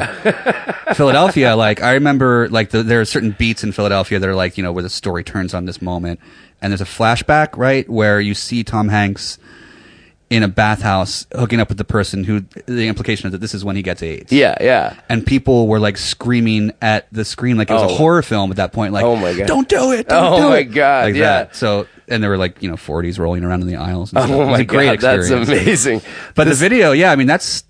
[SPEAKER 4] Philadelphia, like I remember, like the, there are certain beats in Philadelphia that are like you know where the story turns on this moment, and there's a flashback right where you see Tom Hanks in a bathhouse hooking up with the person who the implication is that this is when he gets AIDS.
[SPEAKER 1] Yeah. Yeah.
[SPEAKER 4] And people were like screaming at the screen like it was
[SPEAKER 1] Oh.
[SPEAKER 4] a horror film at that point. Like,
[SPEAKER 1] Oh, my God.
[SPEAKER 4] don't do it! Don't
[SPEAKER 1] Oh,
[SPEAKER 4] do
[SPEAKER 1] my
[SPEAKER 4] it,"
[SPEAKER 1] God,
[SPEAKER 4] Like
[SPEAKER 1] yeah.
[SPEAKER 4] that. So and there were like you know 40s rolling around in the aisles. And stuff.
[SPEAKER 1] Oh
[SPEAKER 4] it was
[SPEAKER 1] my
[SPEAKER 4] a great
[SPEAKER 1] god! That's
[SPEAKER 4] experience.
[SPEAKER 1] amazing.
[SPEAKER 4] But the video, yeah, I mean that's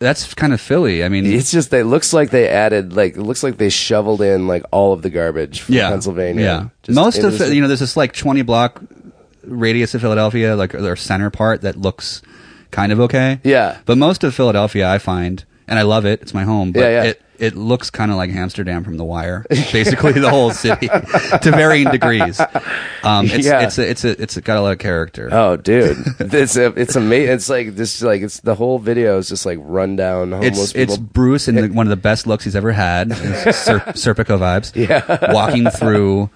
[SPEAKER 4] that's kind of Philly. I mean,
[SPEAKER 1] It's just they looks like they added like it looks like they shoveled in like all of the garbage from Pennsylvania.
[SPEAKER 4] Yeah,
[SPEAKER 1] Just-
[SPEAKER 4] most
[SPEAKER 1] it
[SPEAKER 4] of
[SPEAKER 1] was-
[SPEAKER 4] the- you know, there's this like 20 block radius of Philadelphia, like their center part that looks kind of okay.
[SPEAKER 1] Yeah.
[SPEAKER 4] but most of Philadelphia, I find, and I love it. It's my home. But
[SPEAKER 1] Yeah, yeah.
[SPEAKER 4] It, it looks kind of like Amsterdam from The Wire, basically the whole city *laughs* to varying degrees. Um, it's,
[SPEAKER 1] Yeah.
[SPEAKER 4] it's a, it's a, it's got a lot of character.
[SPEAKER 1] Oh,
[SPEAKER 4] *laughs*
[SPEAKER 1] dude, it's a, it's amazing. It's like this, like it's the whole video is just like rundown homeless
[SPEAKER 4] It's
[SPEAKER 1] people.
[SPEAKER 4] it's Bruce in the, one of the best looks he's ever
[SPEAKER 1] *laughs*
[SPEAKER 4] had. It's Ser- Serpico vibes. Yeah, walking through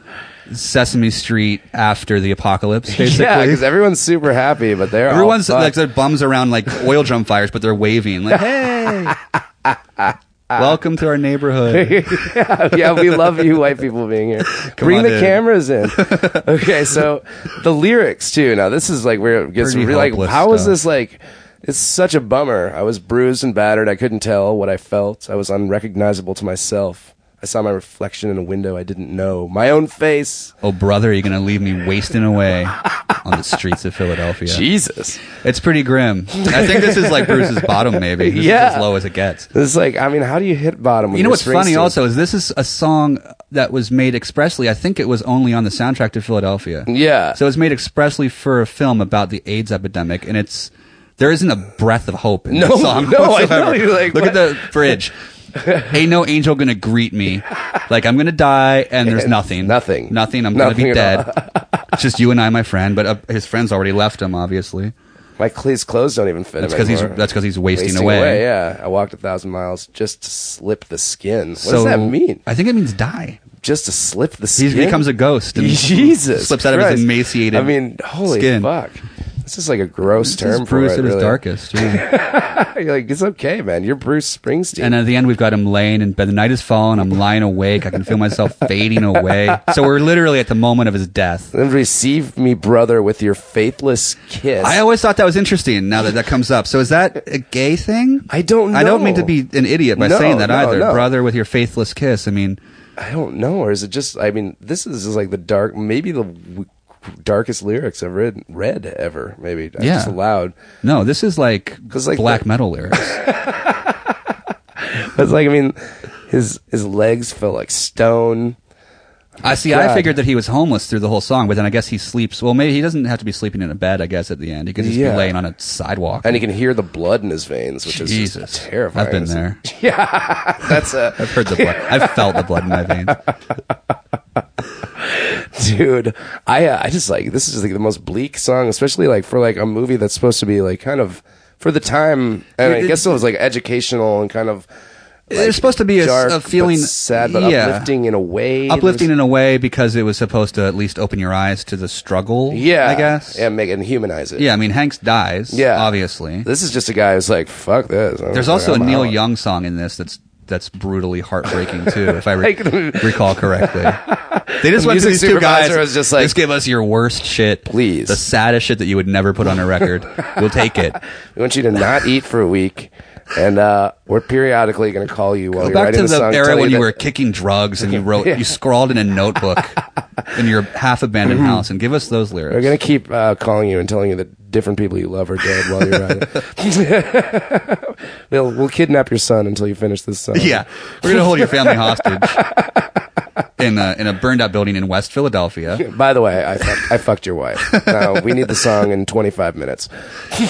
[SPEAKER 4] Sesame Street after the apocalypse.
[SPEAKER 1] *laughs*
[SPEAKER 4] Basically,
[SPEAKER 1] yeah, because everyone's super happy, but they're all
[SPEAKER 4] everyone's
[SPEAKER 1] fucked.
[SPEAKER 4] like their bums around like oil drum fires, but they're waving like, "Hey,
[SPEAKER 1] *laughs*
[SPEAKER 4] welcome to our neighborhood."
[SPEAKER 1] *laughs* yeah, we love you white people being here. Bring
[SPEAKER 4] on
[SPEAKER 1] the
[SPEAKER 4] in.
[SPEAKER 1] cameras
[SPEAKER 4] *laughs*
[SPEAKER 1] in. Okay, so the lyrics too. Now this is like where it gets
[SPEAKER 4] Pretty
[SPEAKER 1] really like
[SPEAKER 4] hopeless
[SPEAKER 1] how is
[SPEAKER 4] stuff.
[SPEAKER 1] this like it's such a bummer. I was bruised and battered. I couldn't tell what I felt. I was unrecognizable to myself. I saw my reflection in a window I didn't know. My own face.
[SPEAKER 4] oh, brother, you're gonna leave me wasting away on the streets of Philadelphia.
[SPEAKER 1] Jesus.
[SPEAKER 4] It's pretty grim. I think this is like Bruce's bottom, maybe. This
[SPEAKER 1] Yeah.
[SPEAKER 4] is as low as it gets.
[SPEAKER 1] This is like I mean, how do you hit bottom when
[SPEAKER 4] You know
[SPEAKER 1] you're
[SPEAKER 4] what's funny
[SPEAKER 1] Springsteen?
[SPEAKER 4] also is this is a song that was made expressly. I think it was only on the soundtrack to Philadelphia.
[SPEAKER 1] Yeah.
[SPEAKER 4] So it's made expressly for a film about the AIDS epidemic, and it's there isn't a breath of hope in
[SPEAKER 1] No,
[SPEAKER 4] this song
[SPEAKER 1] no, I know,
[SPEAKER 4] whatsoever.
[SPEAKER 1] you're like,
[SPEAKER 4] Look
[SPEAKER 1] what?
[SPEAKER 4] at the bridge. Ain't no angel gonna greet me. Like I'm gonna die, and there's nothing,
[SPEAKER 1] nothing.
[SPEAKER 4] nothing. I'm
[SPEAKER 1] Nothing
[SPEAKER 4] gonna be
[SPEAKER 1] at *laughs*
[SPEAKER 4] dead. it's just you and I, my friend. But uh, his friends already left him, obviously.
[SPEAKER 1] My cl- his clothes don't even fit
[SPEAKER 4] That's
[SPEAKER 1] him
[SPEAKER 4] because he's
[SPEAKER 1] anymore.
[SPEAKER 4] that's because he's wasting,
[SPEAKER 1] Wasting
[SPEAKER 4] away.
[SPEAKER 1] Yeah, I walked a thousand miles just to slip the skin. What
[SPEAKER 4] So
[SPEAKER 1] does that mean?
[SPEAKER 4] I think it means die.
[SPEAKER 1] Just to slip the
[SPEAKER 4] He
[SPEAKER 1] skin.
[SPEAKER 4] becomes a ghost. And
[SPEAKER 1] *laughs* Jesus,
[SPEAKER 4] slips out of
[SPEAKER 1] Christ.
[SPEAKER 4] his emaciated.
[SPEAKER 1] I mean, holy
[SPEAKER 4] skin.
[SPEAKER 1] fuck. This is like a gross
[SPEAKER 4] This is
[SPEAKER 1] term
[SPEAKER 4] Bruce
[SPEAKER 1] for it.
[SPEAKER 4] at his
[SPEAKER 1] really.
[SPEAKER 4] darkest.
[SPEAKER 1] *laughs*
[SPEAKER 4] yeah.
[SPEAKER 1] You're like, it's okay, man. You're Bruce Springsteen.
[SPEAKER 4] and at the end, we've got him laying in bed. The night is falling. I'm lying awake. I can feel myself fading away. So we're literally at the moment of his death.
[SPEAKER 1] then receive me, brother, with your faithless kiss.
[SPEAKER 4] I always thought that was interesting. Now that that comes up, so is that a gay thing?
[SPEAKER 1] I don't
[SPEAKER 4] I don't
[SPEAKER 1] know.
[SPEAKER 4] mean to be an idiot by
[SPEAKER 1] No,
[SPEAKER 4] saying that
[SPEAKER 1] no,
[SPEAKER 4] either,
[SPEAKER 1] no.
[SPEAKER 4] brother. With your faithless kiss, I mean,
[SPEAKER 1] I don't know, or is it just? I mean, this is just like the dark, maybe the w- darkest lyrics I've read, read ever. Maybe I'm
[SPEAKER 4] Yeah.
[SPEAKER 1] just loud.
[SPEAKER 4] no, this is like,
[SPEAKER 1] 'Cause, like,
[SPEAKER 4] black
[SPEAKER 1] the- *laughs*
[SPEAKER 4] metal lyrics.
[SPEAKER 1] It's like I mean, his his legs feel like stone.
[SPEAKER 4] I see. I
[SPEAKER 1] God.
[SPEAKER 4] figured that he was homeless through the whole song, but then I guess he sleeps. Well, maybe he doesn't have to be sleeping in a bed. I guess at the end he could just
[SPEAKER 1] Yeah.
[SPEAKER 4] be laying on a sidewalk.
[SPEAKER 1] And you can hear the blood in his veins, which is
[SPEAKER 4] Jesus,
[SPEAKER 1] just terrifying.
[SPEAKER 4] I've been
[SPEAKER 1] It's- *laughs*
[SPEAKER 4] there.
[SPEAKER 1] That's a
[SPEAKER 4] *laughs* I've heard
[SPEAKER 1] *laughs*
[SPEAKER 4] the blood. I've felt the blood in my veins.
[SPEAKER 1] dude i uh, i just like this is like the most bleak song especially like for like a movie that's supposed to be like kind of for the time and i
[SPEAKER 4] It-
[SPEAKER 1] guess it was like educational and kind of like,
[SPEAKER 4] There's supposed to be a s-
[SPEAKER 1] dark,
[SPEAKER 4] a feeling-
[SPEAKER 1] but sad but
[SPEAKER 4] yeah.
[SPEAKER 1] uplifting in a way
[SPEAKER 4] Uplifting in a way because it was supposed to at least open your eyes to the struggle.
[SPEAKER 1] yeah
[SPEAKER 4] I guess.
[SPEAKER 1] yeah make it and humanize it
[SPEAKER 4] Yeah, I mean Hanks dies.
[SPEAKER 1] yeah
[SPEAKER 4] obviously.
[SPEAKER 1] this is just a guy who's like fuck this I'm-
[SPEAKER 4] There's also a
[SPEAKER 1] I'm
[SPEAKER 4] Neil
[SPEAKER 1] out.
[SPEAKER 4] Young song in this that's that's brutally heartbreaking
[SPEAKER 1] *laughs*
[SPEAKER 4] too, if I re-
[SPEAKER 1] Like the-
[SPEAKER 4] recall correctly. They just
[SPEAKER 1] The
[SPEAKER 4] went to
[SPEAKER 1] music
[SPEAKER 4] these two guys.
[SPEAKER 1] supervisor was just like,
[SPEAKER 4] just give us your worst shit,
[SPEAKER 1] Please.
[SPEAKER 4] The saddest shit that you would never put on a record. we'll take
[SPEAKER 1] *laughs*
[SPEAKER 4] it.
[SPEAKER 1] we want you to not eat for a week and uh we're periodically going to call you while
[SPEAKER 4] Go
[SPEAKER 1] you're
[SPEAKER 4] back
[SPEAKER 1] writing
[SPEAKER 4] to
[SPEAKER 1] the
[SPEAKER 4] the
[SPEAKER 1] song
[SPEAKER 4] era
[SPEAKER 1] telling
[SPEAKER 4] when you
[SPEAKER 1] that-
[SPEAKER 4] were kicking drugs
[SPEAKER 1] *laughs*
[SPEAKER 4] and you wrote,
[SPEAKER 1] Yeah.
[SPEAKER 4] you scrawled in
[SPEAKER 1] *laughs*
[SPEAKER 4] a notebook in your half abandoned house, and give us those lyrics.
[SPEAKER 1] Mm-hmm. We're gonna keep uh, calling you and telling you that different people you love are dead while you're at
[SPEAKER 4] *laughs*
[SPEAKER 1] it. They'll, we'll kidnap your son until you finish this song.
[SPEAKER 4] *laughs* Yeah, we're gonna hold your
[SPEAKER 1] *laughs*
[SPEAKER 4] family hostage in a, in a burned out building in West
[SPEAKER 1] *laughs*
[SPEAKER 4] Philadelphia,
[SPEAKER 1] By the way, I fucked, I fucked your wife. No, we need the song in 25 minutes.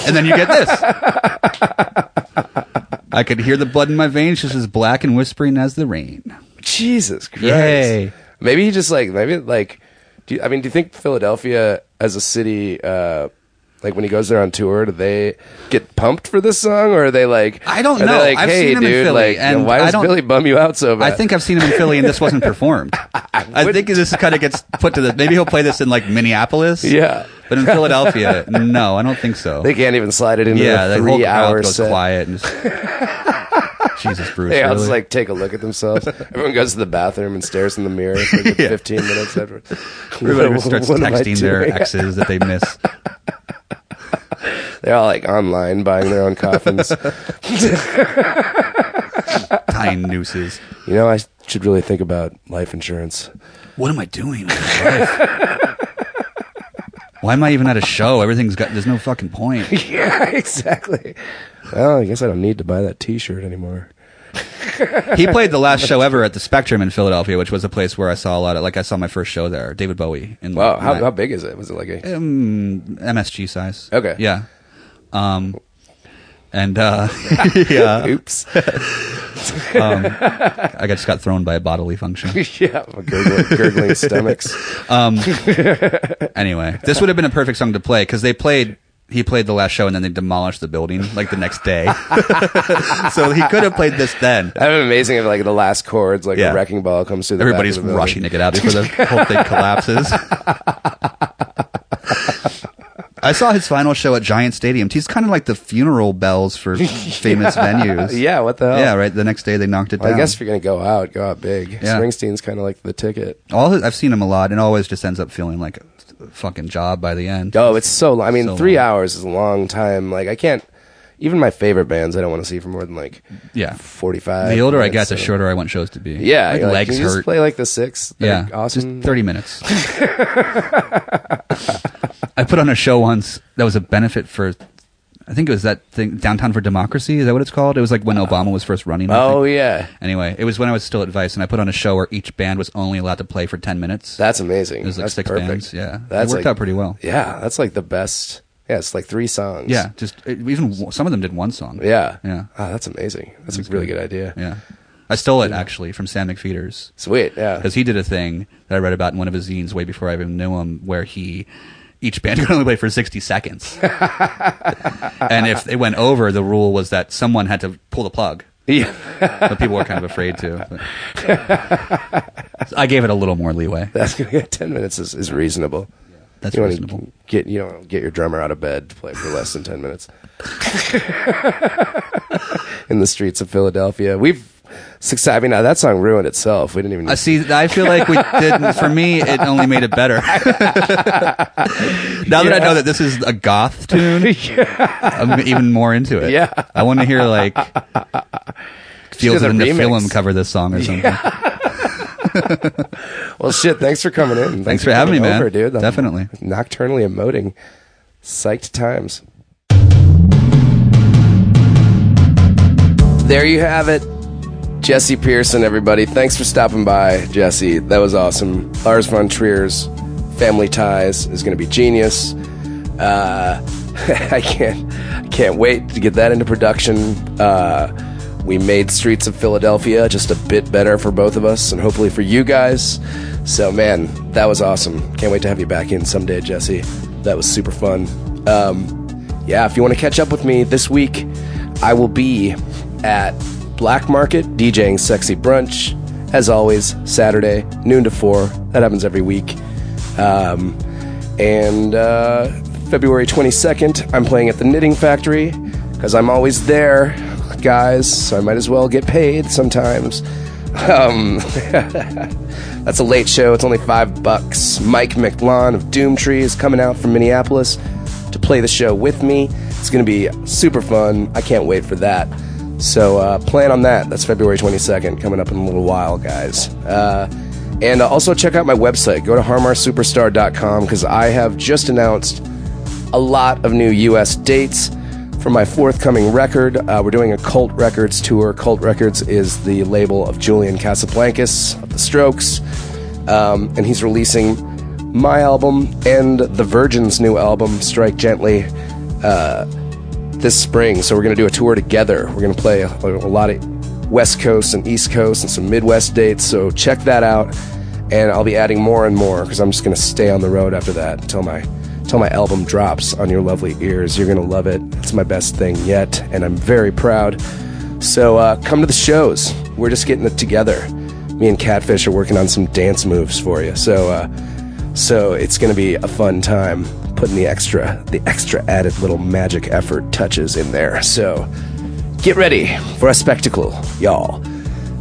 [SPEAKER 4] and then you get this. I could hear the blood in my veins, just as black and whispering as the rain.
[SPEAKER 1] Jesus Christ.
[SPEAKER 4] Yay.
[SPEAKER 1] Maybe he just like maybe like. Do you, I mean? Do you think Philadelphia as a city, uh, like when he goes there on tour, do they get pumped for this song, or are they like?
[SPEAKER 4] I don't
[SPEAKER 1] are they
[SPEAKER 4] know.
[SPEAKER 1] Like,
[SPEAKER 4] I've
[SPEAKER 1] hey,
[SPEAKER 4] seen him in
[SPEAKER 1] dude,
[SPEAKER 4] Philly,
[SPEAKER 1] like, you know,
[SPEAKER 4] and
[SPEAKER 1] why
[SPEAKER 4] I
[SPEAKER 1] does
[SPEAKER 4] don't-
[SPEAKER 1] Billy bum you out so
[SPEAKER 4] I
[SPEAKER 1] bad?
[SPEAKER 4] think I've seen him in Philly, and this wasn't performed. I think this kind of gets put to the. Maybe he'll play this in like
[SPEAKER 1] *laughs*
[SPEAKER 4] Minneapolis.
[SPEAKER 1] Yeah.
[SPEAKER 4] but in Philadelphia, no, I don't think so.
[SPEAKER 1] They can't even slide it into
[SPEAKER 4] yeah,
[SPEAKER 1] the
[SPEAKER 4] the whole
[SPEAKER 1] three
[SPEAKER 4] crowd
[SPEAKER 1] hour
[SPEAKER 4] goes
[SPEAKER 1] set.
[SPEAKER 4] quiet.
[SPEAKER 1] *laughs*
[SPEAKER 4] And just, Jesus, Bruce.
[SPEAKER 1] They all
[SPEAKER 4] really?
[SPEAKER 1] just like take a look at
[SPEAKER 4] *laughs*
[SPEAKER 1] themselves. Everyone goes to the bathroom and stares in the mirror for like
[SPEAKER 4] Yeah.
[SPEAKER 1] 15 minutes afterwards.
[SPEAKER 4] Everybody
[SPEAKER 1] What- *laughs*
[SPEAKER 4] starts
[SPEAKER 1] what am I
[SPEAKER 4] texting their
[SPEAKER 1] doing?
[SPEAKER 4] exes that
[SPEAKER 1] *laughs*
[SPEAKER 4] they miss.
[SPEAKER 1] They're all like online buying their own
[SPEAKER 4] *laughs*
[SPEAKER 1] coffins.
[SPEAKER 4] tying nooses.
[SPEAKER 1] you know, I should really think about life insurance.
[SPEAKER 4] What am I doing? *laughs* With this life? Why am I even at a show? Everything's got. There's no fucking point.
[SPEAKER 1] *laughs* *laughs* yeah, exactly. Well, I guess I don't need to buy that t shirt anymore.
[SPEAKER 4] He played the last show ever at the Spectrum in Philadelphia, which was a place where I saw a lot of. Like I saw my first show there. David Bowie. In
[SPEAKER 1] Wow, how,
[SPEAKER 4] my- mm,
[SPEAKER 1] how big is it? Was it like a.
[SPEAKER 4] MSG size.
[SPEAKER 1] Okay.
[SPEAKER 4] Yeah. Um, and uh, *laughs* yeah, *laughs*
[SPEAKER 1] Oops.
[SPEAKER 4] I got- just got thrown by a
[SPEAKER 1] *laughs*
[SPEAKER 4] bodily function.
[SPEAKER 1] yeah, gurgling, gurgling stomachs.
[SPEAKER 4] Anyway, this would have been a perfect song to play because they played. He played the last show and then they demolished the building like the next day. *laughs* so he could have played this then.
[SPEAKER 1] *laughs* That'd be amazing if, like, the last chords, like,
[SPEAKER 4] Yeah.
[SPEAKER 1] a wrecking ball comes through the back of
[SPEAKER 4] Everybody's
[SPEAKER 1] the building.
[SPEAKER 4] rushing to get out before the
[SPEAKER 1] *laughs*
[SPEAKER 4] whole thing collapses. I saw his final show at Giant Stadium. He's kind of like the funeral
[SPEAKER 1] *laughs*
[SPEAKER 4] bells for famous venues.
[SPEAKER 1] Uh, Yeah, what the hell?
[SPEAKER 4] Yeah, right. The next day they knocked it down.
[SPEAKER 1] I guess if you're gonna go out, go out big.
[SPEAKER 4] Yeah.
[SPEAKER 1] Springsteen's kind of like the ticket.
[SPEAKER 4] All his- I've seen him a lot, and always just ends up feeling like a fucking job by the end.
[SPEAKER 1] Oh, it's so long. I mean,
[SPEAKER 4] So
[SPEAKER 1] three
[SPEAKER 4] long.
[SPEAKER 1] hours is a long time. Like, I can't. Even my favorite bands, I don't want to see for more than like
[SPEAKER 4] Yeah.
[SPEAKER 1] forty-five.
[SPEAKER 4] The older I
[SPEAKER 1] minutes,
[SPEAKER 4] get, the
[SPEAKER 1] so-
[SPEAKER 4] shorter I want shows to be.
[SPEAKER 1] Yeah,
[SPEAKER 4] Like
[SPEAKER 1] you're like,
[SPEAKER 4] legs
[SPEAKER 1] can you
[SPEAKER 4] hurt.
[SPEAKER 1] Just play like the six. that
[SPEAKER 4] yeah,
[SPEAKER 1] are awesome.
[SPEAKER 4] Just thirty minutes. *laughs* I put on a show once that was a benefit for. I think it was that thing, Downtown for Democracy. Is that what it's called? It was like when Obama was first running. I
[SPEAKER 1] Oh
[SPEAKER 4] think.
[SPEAKER 1] yeah,
[SPEAKER 4] Anyway, it was when I was still at Vice, and I put on a show where each band was only allowed to play for ten minutes.
[SPEAKER 1] that's amazing.
[SPEAKER 4] It was like
[SPEAKER 1] that's
[SPEAKER 4] six
[SPEAKER 1] perfect.
[SPEAKER 4] bands, yeah. It
[SPEAKER 1] that's
[SPEAKER 4] worked
[SPEAKER 1] like-
[SPEAKER 4] out pretty well.
[SPEAKER 1] Yeah, that's like the best. Yeah, it's like three songs.
[SPEAKER 4] yeah, just it, even w- some of them did one song.
[SPEAKER 1] yeah,
[SPEAKER 4] yeah,
[SPEAKER 1] Oh, that's amazing. That's a really good, idea.
[SPEAKER 4] yeah. I stole it actually from Sam McFeeters.
[SPEAKER 1] Sweet. Yeah,
[SPEAKER 4] because he did a thing that I read about in one of his zines way before I even knew him, where he each band could only play for
[SPEAKER 1] *laughs*
[SPEAKER 4] 60 seconds. and if they went over, the rule was that someone had to pull the plug.
[SPEAKER 1] *laughs* Yeah,
[SPEAKER 4] But people were kind of afraid to.
[SPEAKER 1] *laughs*
[SPEAKER 4] but- So I gave it a little more leeway.
[SPEAKER 1] that's gonna get ten minutes is, is reasonable.
[SPEAKER 4] That's
[SPEAKER 1] you wanna
[SPEAKER 4] reasonable.
[SPEAKER 1] Get you don't get your drummer out of bed to play for less than ten minutes. *laughs* In the streets of Philadelphia, we've success. I mean, now that song ruined itself. We didn't even.
[SPEAKER 4] I Uh, see. I feel like we did. For me, it only made
[SPEAKER 1] *laughs*
[SPEAKER 4] it better. now that I know that this is a
[SPEAKER 1] *laughs*
[SPEAKER 4] goth tune, I'm even more into it.
[SPEAKER 1] Yeah.
[SPEAKER 4] I want to
[SPEAKER 1] *laughs*
[SPEAKER 4] hear like feels
[SPEAKER 1] did a
[SPEAKER 4] in the
[SPEAKER 1] remix.
[SPEAKER 4] film cover this song or something.
[SPEAKER 1] *laughs* Well, shit. Thanks for coming in. Thanks,
[SPEAKER 4] for having me,
[SPEAKER 1] coming
[SPEAKER 4] man.
[SPEAKER 1] over, dude. I'm
[SPEAKER 4] Definitely.
[SPEAKER 1] Nocturnally emoting, psyched times. There you have it. Jesse Pearson, everybody. Thanks for stopping by, Jesse. That was awesome. Lars von Trier's Family Ties is going to be genius. Uh, *laughs* I can't, I can't wait to get that into production. Uh, we made Streets of Philadelphia just a bit better for both of us, and hopefully for you guys. So, man, that was awesome. Can't wait to have you back in someday, Jesse. That was super fun. Um, yeah, if you want to catch up with me this week, I will be at Black Market DJing Sexy Brunch. As always, Saturday, noon to four. That happens every week. Um, and uh, February 22nd, I'm playing at the Knitting Factory because I'm always there, guys, so I might as well get paid sometimes. Um, *laughs* that's a late show. It's only five bucks. Mike McLon of Doomtree is coming out from Minneapolis to play the show with me. It's going to be super fun. I can't wait for that. So uh, plan on that. That's February 22nd, coming up in a little while, guys. Uh, and uh, also check out my website. Go to harmarsuperstar.com because I have just announced a lot of new U.S. dates for my forthcoming record. Uh, we're doing a Cult Records tour. Cult Records is the label of Julian Casablancas of The Strokes, um, and he's releasing my album and The Virgin's new album, Strike Gently, this spring. So we're going to do a tour together. We're going to play a, a lot of West Coast and East Coast and some Midwest dates. So check that out. And I'll be adding more and more because I'm just going to stay on the road after that until my until my album drops on your lovely ears. You're going to love it. It's my best thing yet, and I'm very proud. So uh, come to the shows. We're just getting it together. Me and Catfish are working on some dance moves for you. So uh, so it's going to be a fun time putting the extra, the extra added little magic effort touches in there. So get ready for a spectacle, y'all.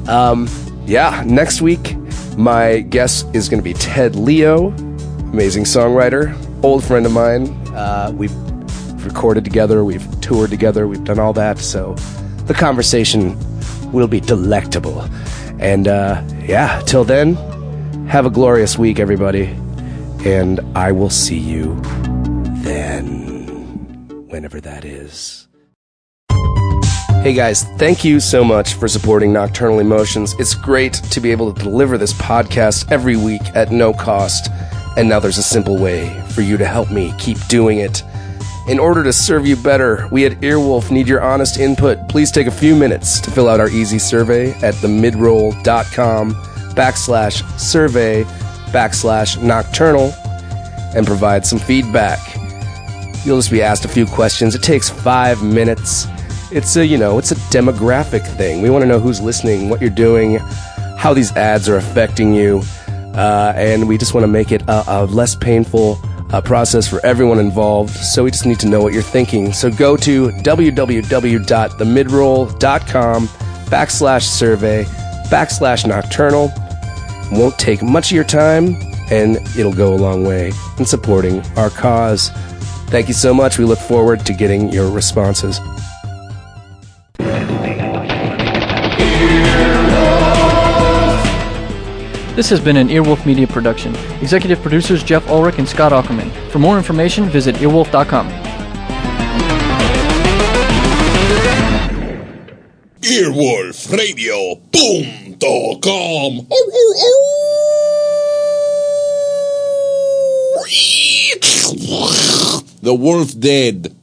[SPEAKER 1] Um, yeah, next week, my guest is going to be Ted Leo, amazing songwriter, old friend of mine. Uh, we've recorded together, we've toured together, we've done all that. So the conversation will be delectable. And uh, yeah, till then, have a glorious week, everybody. And I will see you then, whenever that is. Hey guys, thank you so much for supporting Nocturnal Emotions. It's great to be able to deliver this podcast every week at no cost. And now there's a simple way for you to help me keep doing it. In order to serve you better, we at Earwolf need your honest input. Please take a few minutes to fill out our easy survey at themidroll.com backslash survey backslash nocturnal and provide some feedback. You'll just be asked a few questions. It takes five minutes. It's a, you know, it's a demographic thing. We want to know who's listening, what you're doing, how these ads are affecting you, uh, and we just want to make it a, a less painful uh, process for everyone involved. So we just need to know what you're thinking. So go to www.themidroll.com backslash survey backslash nocturnal won't take much of your time and it'll go a long way in supporting our cause. Thank you so much. We look forward to getting your responses.
[SPEAKER 6] This has been an Earwolf Media production. Executive producers Jeff Ulrich and Scott Ackerman. For more information, visit earwolf.com.
[SPEAKER 7] Earwolfradio.com. The wolf dead.